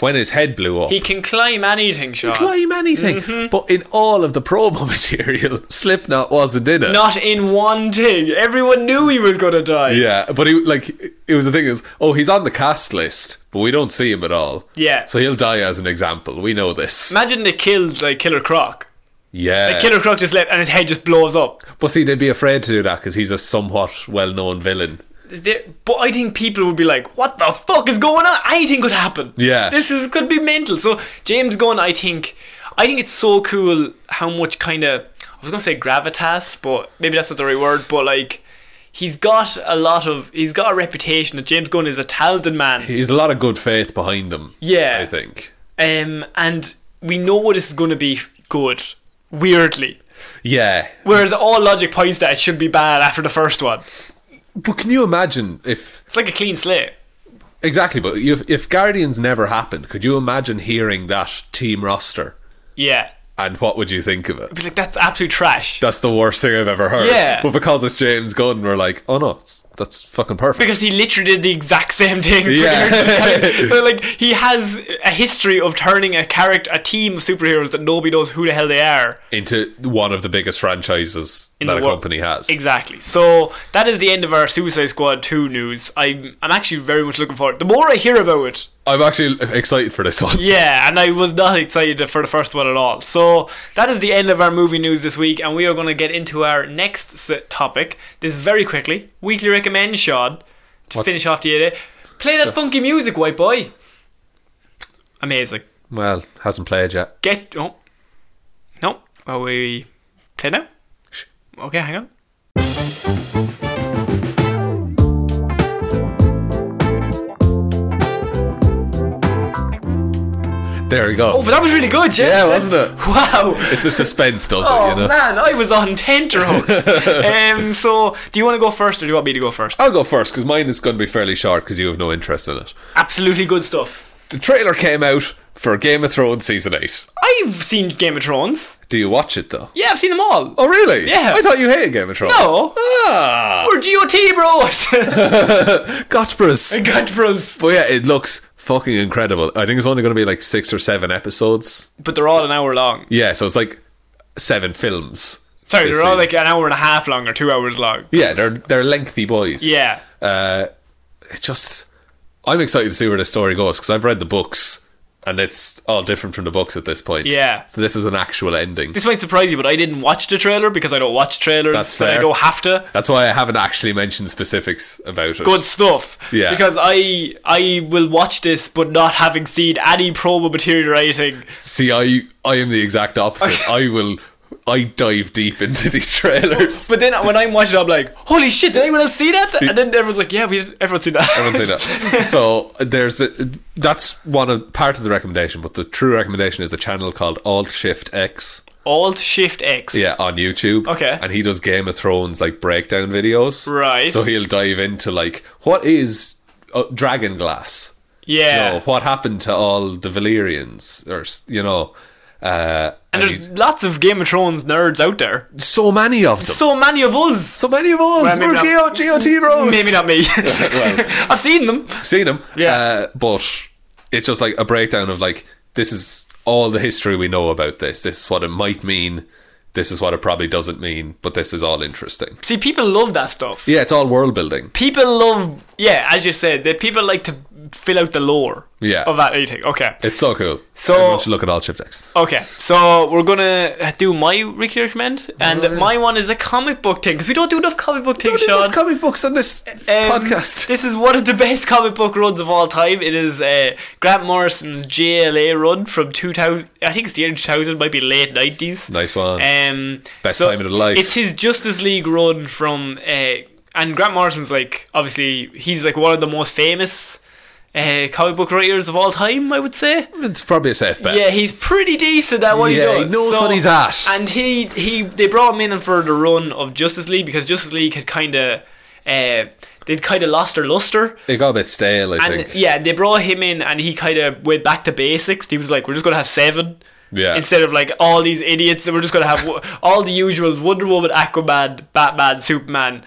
B: when his head blew up.
A: He Mm-hmm. can climb anything, Sean.
B: claim anything, but in all of the promo material, Slipknot wasn't in it.
A: Not in one thing. Everyone knew he was gonna die.
B: Yeah, but he like it was the thing is, oh, he's on the cast list, but we don't see him at all.
A: Yeah.
B: so he'll die as an example. We know this.
A: Imagine they killed like Killer Croc.
B: yeah,
A: Killer Croc just left, and his head just blows up.
B: But see, they'd be afraid to do that because he's a somewhat well-known villain.
A: Is there, but I think people would be like, "What the fuck is going on? Anything could happen.
B: Yeah.
A: this is could be mental." So James Gunn, I think, I think it's so cool how much kind of I was gonna say gravitas, but maybe that's not the right word. But like, he's got a lot of he's got a reputation that James Gunn is a talented man.
B: He's a lot of good faith behind him.
A: Yeah.
B: I think.
A: Um, and we know what this is gonna be good. Weirdly,
B: Yeah,
A: whereas all logic points that it should be bad after the first one.
B: but can you imagine if
A: It's like a clean slate.
B: exactly? But if, if Guardians never happened, could you imagine hearing that team roster
A: Yeah,
B: and what would you think of it?
A: be like that's absolute trash.
B: That's the worst thing I've ever heard.
A: Yeah.
B: but because it's James Gunn, we're like, oh no, it's, that's fucking perfect.
A: because he literally did the exact same thing. for
B: Yeah.
A: years. so like he has a history of turning a character, a team of superheroes that nobody knows who the hell they are.
B: Into one of the biggest franchises that
A: the
B: a
A: wor-
B: company has.
A: Exactly. So that is the end of our Suicide Squad two news. I'm I'm actually very much looking forward. The more I hear about it,
B: I'm actually excited for this one.
A: yeah, and I was not excited for the first one at all. So that is the end of our movie news this week, and we are going to get into our next s- topic. This very quickly weekly recommend, Sean, to finish off the day. Play that funky music, white boy. Amazing.
B: Well, hasn't played yet.
A: Get oh no. Are we play now? Okay, hang on.
B: There we go.
A: Oh, but that was really good.
B: yeah, wasn't it?
A: Wow.
B: It's the suspense, does
A: Oh
B: it? You know.
A: man, I was on tenterhooks. um, so, do you want to go first, or do you want me to go first?
B: I'll go first because mine is going to be fairly short because you have no interest in it.
A: Absolutely good stuff.
B: The trailer came out for Game of Thrones season eight.
A: I've seen Game of Thrones.
B: Do you watch it though?
A: Yeah, I've seen them all.
B: Oh really?
A: Yeah.
B: I thought you hated Game of Thrones.
A: Oh, No.
B: Ah,
A: We're GOT bros.
B: Gotchbras.
A: God bros.
B: But yeah, it looks fucking incredible. I think it's only going to be like six or seven episodes.
A: But they're all an hour long.
B: Yeah, so it's like seven films.
A: Sorry,
B: this
A: they're all
B: season.
A: like an hour and a half long or two hours long.
B: yeah, they're they're lengthy boys.
A: Yeah.
B: uh, it just I'm excited to see where the story goes because I've read the books and it's all different from the books at this point.
A: Yeah.
B: So this is an actual ending.
A: This might surprise you, but I didn't watch the trailer because I don't watch trailers.
B: That's
A: that I
B: fair.
A: don't have to.
B: That's why I haven't actually mentioned specifics about it.
A: good stuff.
B: Yeah.
A: Because I I will watch this, but not having seen any promo material or anything.
B: See, I I am the exact opposite. I will I dive deep into these trailers.
A: But then when I'm watching, it, I'm like, holy shit! Did anyone else see that? And then everyone's like, yeah, we everyone's seen that.
B: I wouldn't say that. So there's a, that's one of part of the recommendation, but the true recommendation is a channel called Alt Shift X.
A: Alt Shift X.
B: Yeah, on YouTube.
A: Okay.
B: And he does Game of Thrones like breakdown videos.
A: Right.
B: So he'll dive into like what is uh, dragon glass.
A: Yeah.
B: No, what happened to all the Valyrians, or s- you know, uh, and,
A: And
B: he-
A: there's lots of Game of Thrones nerds out there.
B: so many of them.
A: So many of us.
B: So many of us.
A: maybe
B: We're
A: not-
B: GO- GOT bros.
A: Maybe not me. I've seen them.
B: seen him.
A: Yeah.
B: Uh, but it's just like a breakdown of like this is all the history we know about this. This is what it might mean. This is what it probably doesn't mean. But this is all interesting.
A: See, people love that stuff.
B: Yeah, it's all world building.
A: People love, yeah, as you said, that people like to fill out the lore
B: Yeah.
A: of that anything. Okay.
B: It's so cool.
A: So-
B: everyone should look at all Shift X.
A: Okay, so we're gonna do my wiki recommend, and my one is a comic book thing because we don't do enough comic book things, Sean.
B: comic books on this
A: Um,
B: podcast.
A: This is one of the best comic book runs of all time. It is uh, Grant Morrison's JLA run from 2000. I think it's the year 2000, might be late 90s.
B: Nice one.
A: Um,
B: Best time of the life.
A: It's his Justice League run from, uh, and Grant Morrison's like obviously he's like one of the most famous uh, comic book writers of all time. I would say.
B: It's probably a safe bet.
A: Yeah, he's pretty decent at what
B: Yeah,
A: he
B: he
A: does.
B: knows
A: so,
B: what he's at.
A: And he he they brought him in for the run of Justice League because Justice League had kind of uh, they'd kind of lost their luster.
B: It got a bit stale, I
A: And
B: think.
A: yeah, they brought him in, and he kind of went back to basics. He was like, "We're just gonna have seven
B: Yeah.
A: instead of like all these idiots. We're just gonna have wo- all the usuals: Wonder Woman, Aquaman, Batman, Superman,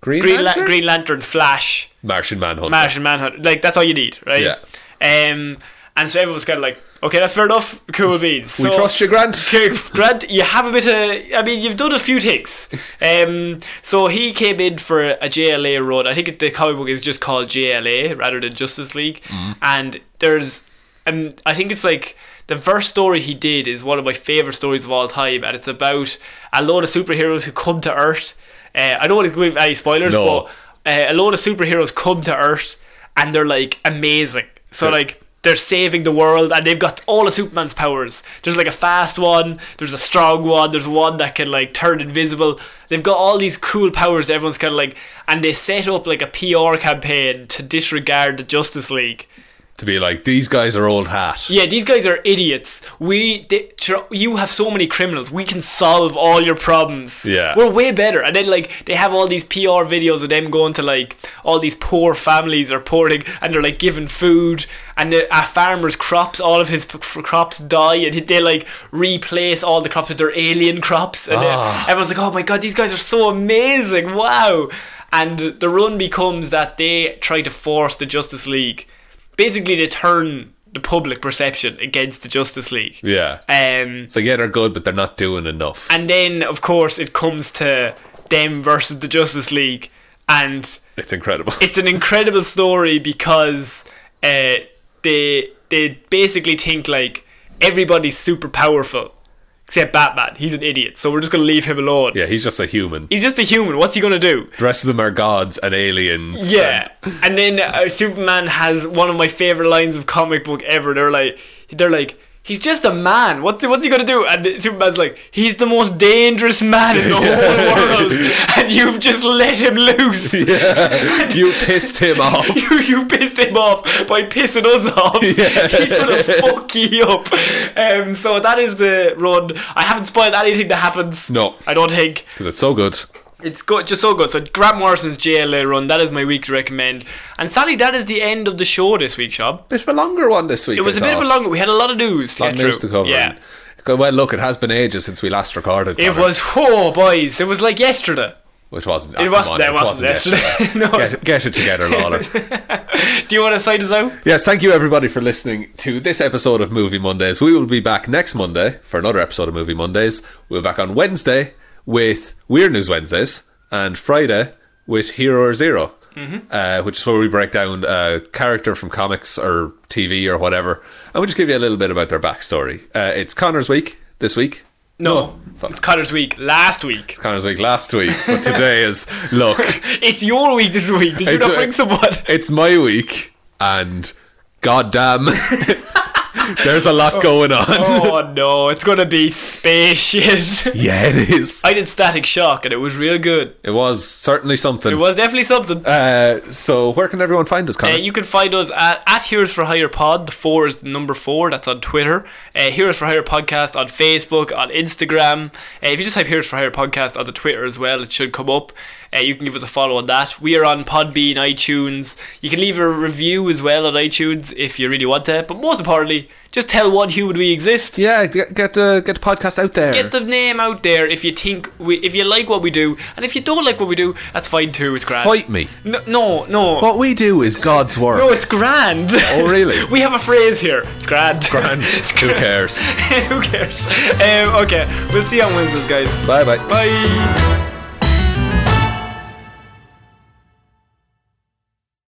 B: Green,
A: Green,
B: Lantern?
A: Lan- Green Lantern, Flash,
B: Martian Manhunter.
A: Martian Manhunter. Like that's all you need, right?
B: Yeah.
A: Um, and so everyone's kind of like, "Okay, that's fair enough. Cool beans."
B: we
A: So-
B: trust you, Grant.
A: Okay, Grant, you have a bit of. I mean, you've done a few things. Um, so he came in for a JLA run. I think the comic book is just called JLA rather than Justice League. And there's, um, I think it's like the first story he did is one of my favorite stories of all time, and it's about a load of superheroes who come to Earth. Uh, I don't want to give any spoilers,
B: No.
A: but uh, a load of superheroes come to Earth and they're like amazing. So
B: Yeah.
A: like they're saving the world and they've got all of Superman's powers. There's like a fast one, there's a strong one, there's one that can like turn invisible. They've got all these cool powers. Everyone's kind of like, and they set up like a PR campaign to disregard the Justice League.
B: To be like, these guys are old hat.
A: Yeah, these guys are idiots. We, they, tr- you have so many criminals. We can solve all your problems.
B: Yeah.
A: we're way better. And then like they have all these PR videos of them going to like all these poor families or poor thing, and they're like giving food, and the, a farmer's crops, all of his p- f- crops die, and they like replace all the crops with their alien crops, and uh,
B: Ah.
A: everyone's like, oh my god, these guys are so amazing! Wow. And the run becomes that they try to force the Justice League basically they turn the public perception against the Justice League.
B: Yeah.
A: Um,
B: So yeah, they're good, but they're not doing enough.
A: and then of course it comes to them versus the Justice League, and
B: it's incredible.
A: it's an incredible story because uh, they they basically think like everybody's super powerful except Batman. He's an idiot, so we're just gonna leave him alone.
B: yeah, he's just a human.
A: He's just a human. What's he gonna do?
B: The rest of them are gods and aliens.
A: Yeah, and then uh, Superman has one of my favorite lines of comic book ever. They're like, they're like, he's just a man. What's what's he gonna do? And Superman's like, he's the most dangerous man in the whole world, and you've just let him loose.
B: And- you pissed him off.
A: You, you pissed him off by pissing us off. He's gonna fuck you up. Um, so that is the run. I haven't spoiled anything that happens.
B: No.
A: I don't think.
B: Because it's so good.
A: It's good, just so good. So Grant Morrison's JLA run, that is my week to recommend. And sadly, that is the end of the show this week, Shab.
B: Bit of a longer one this week.
A: It was a bit of a long. We had a lot of news to get
B: news
A: through.
B: to cover.
A: Yeah,
B: Well, look, it has been ages since we last recorded.
A: it
B: Connor.
A: was. Oh, boys, it was like yesterday.
B: Which wasn't.
A: It wasn't. It wasn't yesterday. no.
B: Get, get it together, Lawler.
A: Do you want to sign us out?
B: yes, thank you everybody for listening to this episode of Movie Mondays. We will be back next Monday for another episode of Movie Mondays. We're back on Wednesday with Weird News Wednesdays and Friday with Hero or Zero.
A: Mm-hmm.
B: uh, which is where we break down a character from comics or TV or whatever, and we just give you a little bit about their backstory. Uh, it's Connor's week this week.
A: No, it's Connor's week. Last week.
B: Connor's week last week, but today is look.
A: It's your week this week. Did you
B: It's-
A: not bring someone?
B: It's my week, and goddamn, there's a lot going on.
A: Oh no, it's gonna be spaceship.
B: Yeah, it is.
A: I did Static Shock and it was real good.
B: It was certainly something.
A: It was definitely something.
B: Uh, so where can everyone find us, Connor?
A: Uh, you can find us at, at Heroes for Hire Pod. The four is the number four. That's on Twitter. Uh, Heroes for Hire Podcast on Facebook, on Instagram. Uh, if you just type Heroes for Hire Podcast on the Twitter as well, it should come up. Uh, you can give us a follow on that. We are on Podbean, iTunes. You can leave a review as well on iTunes if you really want to. But most importantly, just tell one human we exist.
B: yeah, get, get the get the podcast out there.
A: Get the name out there if you think we, if you like what we do, and if you don't like what we do, that's fine too. It's grand.
B: Fight me.
A: No, no, no.
B: What we do is God's work.
A: No, it's grand.
B: Oh, really?
A: we have a phrase here. It's grand.
B: Grand.
A: It's
B: Who cares?
A: Who cares? Um, okay, we'll see you on Wednesdays, guys.
B: Bye bye.
A: Bye.